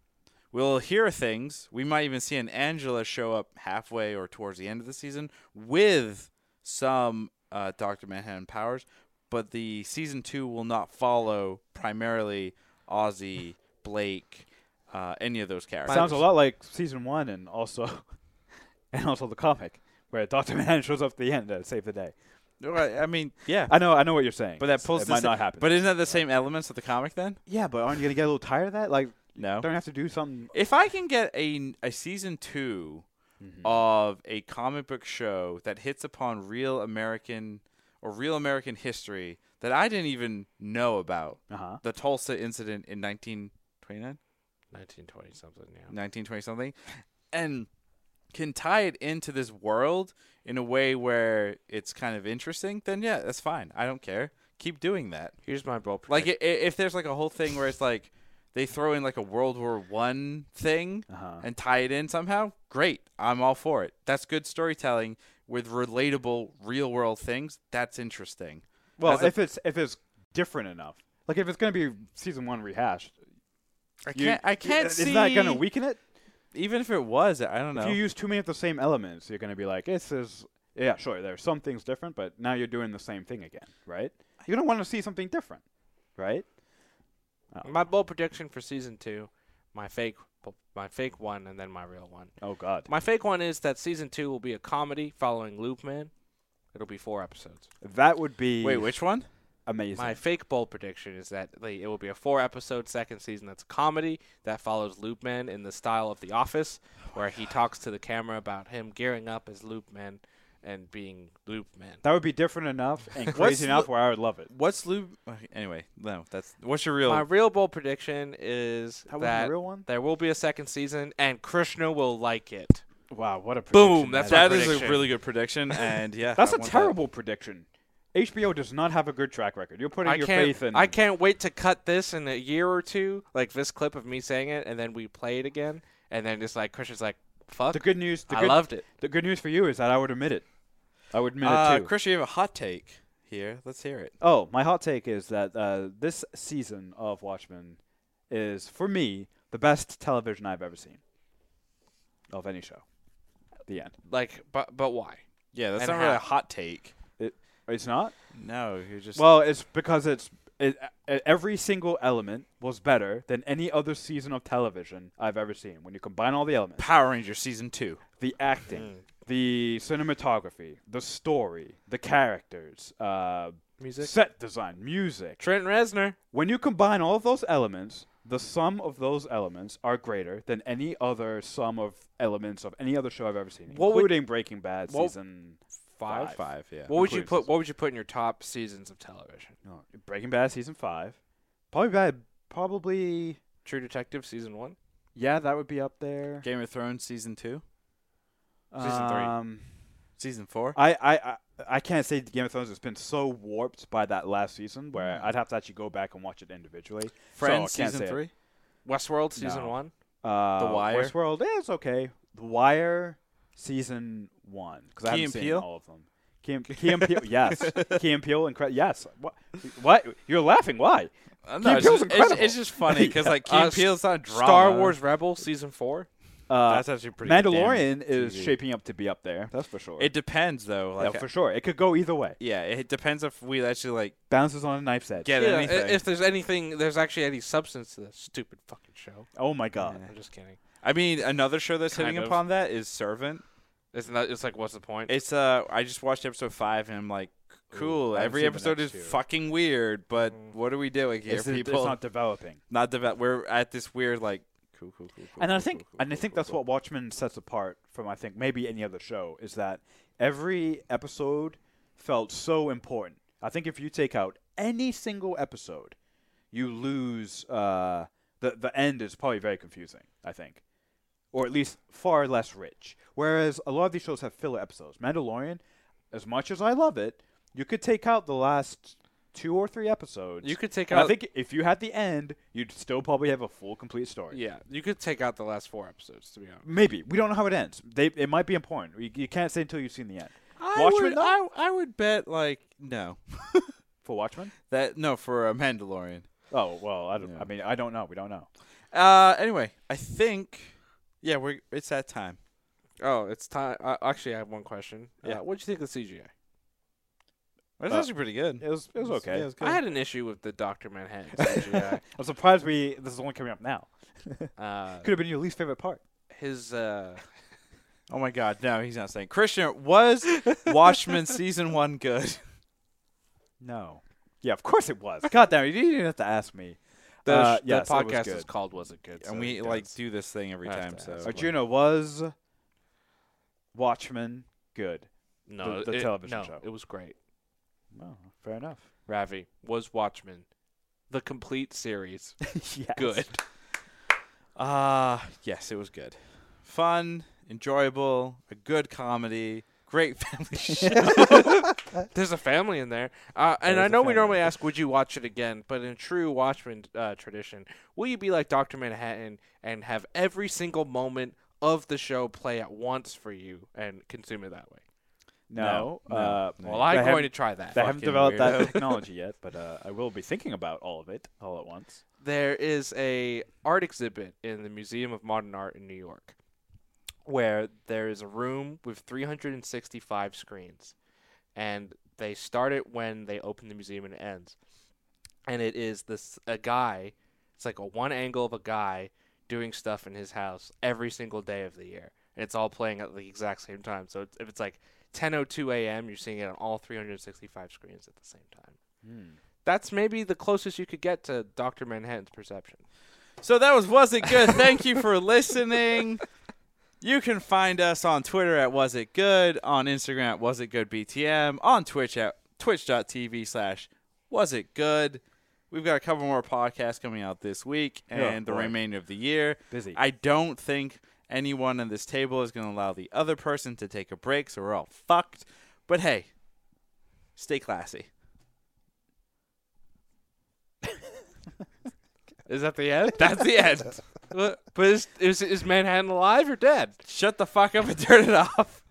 [SPEAKER 1] We'll hear things. We might even see an Angela show up halfway or towards the end of the season with some uh, Doctor Manhattan powers, but the season two will not follow primarily Ozzy, Blake, uh, any of those characters.
[SPEAKER 2] Sounds a lot like season one, and also, [LAUGHS] and also the comic where Doctor Manhattan shows up at the end to save the day.
[SPEAKER 1] No, I I mean, yeah,
[SPEAKER 2] I know, I know what you're saying.
[SPEAKER 1] but that pulls.
[SPEAKER 2] it
[SPEAKER 1] the
[SPEAKER 2] might
[SPEAKER 1] sa-
[SPEAKER 2] not happen.
[SPEAKER 1] But isn't that the same elements of the comic then?
[SPEAKER 2] yeah, but aren't you gonna get a little tired of that? Like,
[SPEAKER 1] No.
[SPEAKER 2] don't have to do something.
[SPEAKER 1] If I can get a a season two of a comic book show that hits upon real American or real American history that I didn't even know about,
[SPEAKER 2] Uh huh.
[SPEAKER 1] the Tulsa incident in 1929,
[SPEAKER 3] 1920 something. Yeah.
[SPEAKER 1] 1920 something, and can tie it into this world in a way where it's kind of interesting, then yeah, that's fine. I don't care. Keep doing that.
[SPEAKER 3] Here's my bold
[SPEAKER 1] Like
[SPEAKER 3] prediction.
[SPEAKER 1] i- i- if there's like a whole thing where it's like they throw in like a World War One thing
[SPEAKER 2] Uh huh.
[SPEAKER 1] and tie it in somehow, great. I'm all for it. That's good storytelling with relatable real world things. That's interesting.
[SPEAKER 2] Well,
[SPEAKER 1] As a-
[SPEAKER 2] if it's if it's different enough, like if it's gonna be season one rehashed,
[SPEAKER 1] I
[SPEAKER 2] you-
[SPEAKER 1] can't. I can't
[SPEAKER 2] is
[SPEAKER 1] see.
[SPEAKER 2] that gonna weaken it?
[SPEAKER 1] Even if it was, I don't know.
[SPEAKER 2] If you use too many of the same elements, you're gonna be like, this is yeah, sure. There's some things different, but now you're doing the same thing again, right? You're gonna want to see something different, right?
[SPEAKER 3] my bold prediction for season two, my fake, my fake one, and then my real one.
[SPEAKER 2] Oh God,
[SPEAKER 3] My fake one is that season two will be a comedy following Loopman. It'll be four episodes.
[SPEAKER 2] that would be
[SPEAKER 1] Wait, which one?
[SPEAKER 2] amazing.
[SPEAKER 3] My fake bold prediction is that they, it will be a four episode second season that's a comedy that follows Loopman in the style of The Office,
[SPEAKER 2] Oh
[SPEAKER 3] where he talks to the camera about him gearing up as Loopman and being Loopman.
[SPEAKER 2] that would be different enough and
[SPEAKER 1] What's
[SPEAKER 2] crazy enough
[SPEAKER 1] the-
[SPEAKER 2] where I would love it.
[SPEAKER 1] What's Lube? okay, Anyway, no. That's what's your real.
[SPEAKER 3] My real bold prediction is
[SPEAKER 2] That wasn't
[SPEAKER 3] that
[SPEAKER 2] a real one.
[SPEAKER 3] there will be a second season and Krishna will like it.
[SPEAKER 2] Wow, what a prediction
[SPEAKER 3] Boom, that's
[SPEAKER 2] that
[SPEAKER 1] that
[SPEAKER 3] my
[SPEAKER 1] is a
[SPEAKER 3] prediction.
[SPEAKER 1] really good prediction, and yeah,
[SPEAKER 2] That's
[SPEAKER 1] I
[SPEAKER 2] a
[SPEAKER 1] want that.
[SPEAKER 2] terrible prediction. HBO does not have a good track record. You're putting
[SPEAKER 3] I
[SPEAKER 2] your
[SPEAKER 3] can't,
[SPEAKER 2] faith in.
[SPEAKER 3] I can't wait to cut this in a year or two, like this clip of me saying it, and then we play it again, and then it's like Christian's like, "Fuck,
[SPEAKER 2] The good news. The
[SPEAKER 3] I
[SPEAKER 2] good,
[SPEAKER 3] loved it."
[SPEAKER 2] the good news for you is that I would admit it. I would admit
[SPEAKER 1] Uh,
[SPEAKER 2] it too.
[SPEAKER 1] Chris, you have a hot take here. Let's hear it.
[SPEAKER 2] oh, my hot take is that uh, this season of Watchmen is, for me, the best television I've ever seen of any show. The end.
[SPEAKER 3] Like, but but why?
[SPEAKER 1] Yeah, that's
[SPEAKER 3] And
[SPEAKER 1] not really a
[SPEAKER 3] how-
[SPEAKER 1] hot take.
[SPEAKER 2] It's not.
[SPEAKER 1] No, you're just.
[SPEAKER 2] Well, it's because it's it, e- every single element was better than any other season of television I've ever seen. When you combine all the elements,
[SPEAKER 1] Power Rangers season two.
[SPEAKER 2] the acting, the cinematography, the story, the characters, uh,
[SPEAKER 3] Music.
[SPEAKER 2] set design, music.
[SPEAKER 3] Trent Reznor.
[SPEAKER 2] When you combine all of those elements, the sum of those elements are greater than any other sum of elements of any other show I've ever seen,
[SPEAKER 3] What would-
[SPEAKER 2] including Breaking Bad
[SPEAKER 3] what-
[SPEAKER 2] season
[SPEAKER 3] Five?
[SPEAKER 1] Five, yeah.
[SPEAKER 3] What would you
[SPEAKER 2] Including
[SPEAKER 3] put?
[SPEAKER 2] season.
[SPEAKER 3] What would you put in your top seasons of television?
[SPEAKER 2] No, Breaking Bad season five, probably bad, probably
[SPEAKER 3] True Detective season one.
[SPEAKER 2] Yeah, that would be up there.
[SPEAKER 1] Game of Thrones season two,
[SPEAKER 3] Season three.
[SPEAKER 2] Um,
[SPEAKER 1] season four.
[SPEAKER 2] I, I, I, I can't say Game of Thrones has been so warped by that last season
[SPEAKER 3] Mm.
[SPEAKER 2] where I'd have to actually go back and watch it individually.
[SPEAKER 1] Friends
[SPEAKER 2] so I can't
[SPEAKER 1] season
[SPEAKER 2] say it.
[SPEAKER 1] three.
[SPEAKER 3] Westworld season
[SPEAKER 2] No.
[SPEAKER 3] one.
[SPEAKER 2] Uh,
[SPEAKER 1] Wire.
[SPEAKER 2] Westworld, yeah, it's okay. The Wire, season one, because I
[SPEAKER 1] Key
[SPEAKER 2] haven't
[SPEAKER 1] and
[SPEAKER 2] seen
[SPEAKER 1] Peele?
[SPEAKER 2] all of them.
[SPEAKER 1] [LAUGHS]
[SPEAKER 2] Key and, Key and Peele, yes. Key and Peele, incre- yes. What? what? You're laughing? Why?
[SPEAKER 1] Uh, it's,
[SPEAKER 2] Key and Peele's
[SPEAKER 1] just, it's,
[SPEAKER 2] incredible.
[SPEAKER 1] it's just funny
[SPEAKER 3] [LAUGHS]
[SPEAKER 1] because like Key
[SPEAKER 3] Uh,
[SPEAKER 1] and Peele's not drama.
[SPEAKER 3] Star Wars Rebel season four.
[SPEAKER 2] Uh,
[SPEAKER 1] That's actually pretty. good damn
[SPEAKER 2] Mandalorian is
[SPEAKER 1] TV.
[SPEAKER 2] shaping up to be up there. That's for sure.
[SPEAKER 1] It depends though. Like,
[SPEAKER 2] yeah, for sure. It could go either way.
[SPEAKER 1] yeah, it depends if we actually like
[SPEAKER 2] Bounces on a knife's edge.
[SPEAKER 1] get
[SPEAKER 3] Yeah, i-
[SPEAKER 1] anything.
[SPEAKER 3] if there's anything, there's actually any substance to this stupid fucking show.
[SPEAKER 2] oh my god.
[SPEAKER 3] I'm just kidding.
[SPEAKER 1] I mean, another show that's hitting
[SPEAKER 3] Kind of.
[SPEAKER 1] upon that is Servant.
[SPEAKER 3] It's not. It's like, what's the point?
[SPEAKER 1] It's uh, I just watched episode five and I'm like, cool.
[SPEAKER 2] I haven't
[SPEAKER 1] Every
[SPEAKER 2] seen the
[SPEAKER 1] episode is
[SPEAKER 2] next two.
[SPEAKER 1] fucking weird, but what are we doing here,
[SPEAKER 2] It's, it's
[SPEAKER 1] people?
[SPEAKER 2] not developing.
[SPEAKER 1] not develop. We're at this weird like. Cool, cool, cool, cool.
[SPEAKER 2] and I
[SPEAKER 1] cool,
[SPEAKER 2] think
[SPEAKER 1] cool, cool,
[SPEAKER 2] and I
[SPEAKER 1] cool,
[SPEAKER 2] think
[SPEAKER 1] cool,
[SPEAKER 2] that's what Watchmen sets apart from I think maybe any other show is that every episode felt so important. I think if you take out any single episode, you lose uh, the the end is probably very confusing. I think, or at least far less rich. Whereas a lot of these shows have filler episodes. Mandalorian, as much as I love it, you could take out the last two or three episodes.
[SPEAKER 3] you could take
[SPEAKER 2] and
[SPEAKER 3] out.
[SPEAKER 2] I think if you had the end, you'd still probably have a full complete story.
[SPEAKER 3] yeah, you could take out the last four episodes. To be honest,
[SPEAKER 2] Maybe we don't know how it ends. They it might be important. You, you can't say until you've seen the end.
[SPEAKER 1] I
[SPEAKER 2] Watchmen,
[SPEAKER 1] would, I,
[SPEAKER 2] though?
[SPEAKER 1] I would bet like no,
[SPEAKER 2] For Watchmen?
[SPEAKER 1] that no for a Mandalorian.
[SPEAKER 2] Oh well, I don't.
[SPEAKER 1] Yeah.
[SPEAKER 2] I mean, I don't know. We don't know.
[SPEAKER 1] Uh, anyway, I think yeah, we're it's that time.
[SPEAKER 3] oh, it's time. Uh, actually, I have one question.
[SPEAKER 1] Yeah.
[SPEAKER 3] Uh, what do you think of the CGI?
[SPEAKER 1] That's
[SPEAKER 2] Uh,
[SPEAKER 1] actually pretty good.
[SPEAKER 2] It was it was okay.
[SPEAKER 1] Yeah, it was good.
[SPEAKER 3] I had an issue with the Doctor Manhattan [LAUGHS] CGI.
[SPEAKER 2] I'm surprised we this is only coming up now.
[SPEAKER 3] uh,
[SPEAKER 2] Could have been your least favorite part.
[SPEAKER 3] his uh,
[SPEAKER 1] oh my god, no, he's not saying Christian [LAUGHS] was Watchmen season one [LAUGHS] good.
[SPEAKER 2] No. Yeah, of course it was. God damn, it, you didn't even have to ask me.
[SPEAKER 3] the,
[SPEAKER 2] Uh,
[SPEAKER 3] sh- the
[SPEAKER 2] yes, it was
[SPEAKER 3] podcast
[SPEAKER 2] good.
[SPEAKER 3] is called "Was It Good?" so
[SPEAKER 1] and we
[SPEAKER 3] it
[SPEAKER 1] like
[SPEAKER 3] does.
[SPEAKER 1] do this thing every
[SPEAKER 3] I have
[SPEAKER 1] time.
[SPEAKER 3] to
[SPEAKER 1] So
[SPEAKER 3] ask.
[SPEAKER 2] Arjuna was Watchmen good.
[SPEAKER 3] no
[SPEAKER 2] the
[SPEAKER 3] it-
[SPEAKER 2] television
[SPEAKER 3] no,
[SPEAKER 2] show.
[SPEAKER 3] It was great.
[SPEAKER 1] Oh,
[SPEAKER 2] Well, fair enough.
[SPEAKER 3] Ravi was Watchmen, the complete [LAUGHS] series.
[SPEAKER 2] [LAUGHS] yes.
[SPEAKER 3] Good.
[SPEAKER 1] Ah, yes, it was good, fun, enjoyable, a good comedy, great [LAUGHS] family show.
[SPEAKER 3] There's a family in there, uh, and
[SPEAKER 2] There
[SPEAKER 3] I
[SPEAKER 2] is a
[SPEAKER 3] know we normally
[SPEAKER 2] family.
[SPEAKER 3] ask, "Would you watch it again?" But in true Watchmen uh, tradition, will you be like Doctor Manhattan and have every single moment of the show play at once for you and consume it that way?
[SPEAKER 2] No.
[SPEAKER 1] No,
[SPEAKER 2] uh,
[SPEAKER 1] no.
[SPEAKER 3] Well,
[SPEAKER 2] I
[SPEAKER 3] I'm
[SPEAKER 2] haven't-
[SPEAKER 3] going to try that.
[SPEAKER 2] They haven't
[SPEAKER 1] Fucking
[SPEAKER 2] developed
[SPEAKER 1] weirdo.
[SPEAKER 2] that technology yet, but uh, I will be thinking about all of it all at once.
[SPEAKER 3] there is a art exhibit in the Museum of Modern Art in New York where there is a room with 365 screens and they start it when they open the museum and it ends and it is this a guy it's like a one angle of a guy doing stuff in his house every single day of the year and it's all playing at the exact same time so it's, if it's like 10:02 a.m. you're seeing it on all 365 screens at the same time that's maybe the closest you could get to Dr. Manhattan's perception.
[SPEAKER 1] So that was Was It Good? Thank you for listening. You can find us on Twitter at Was It Good, on Instagram at Was It Good BTM, on Twitch at twitch.tv slash Was It Good. We've got a couple more podcasts coming out this week and the
[SPEAKER 2] Oh, boy.
[SPEAKER 1] remainder of the year.
[SPEAKER 2] Busy.
[SPEAKER 1] I don't think anyone on this table is going to allow the other person to take a break, so we're all fucked. But hey, stay
[SPEAKER 2] [LAUGHS]
[SPEAKER 1] classy.
[SPEAKER 3] Is that the end?
[SPEAKER 1] That's the end.
[SPEAKER 3] but is, is, is Manhattan alive or dead?
[SPEAKER 1] Shut the fuck up and turn it off.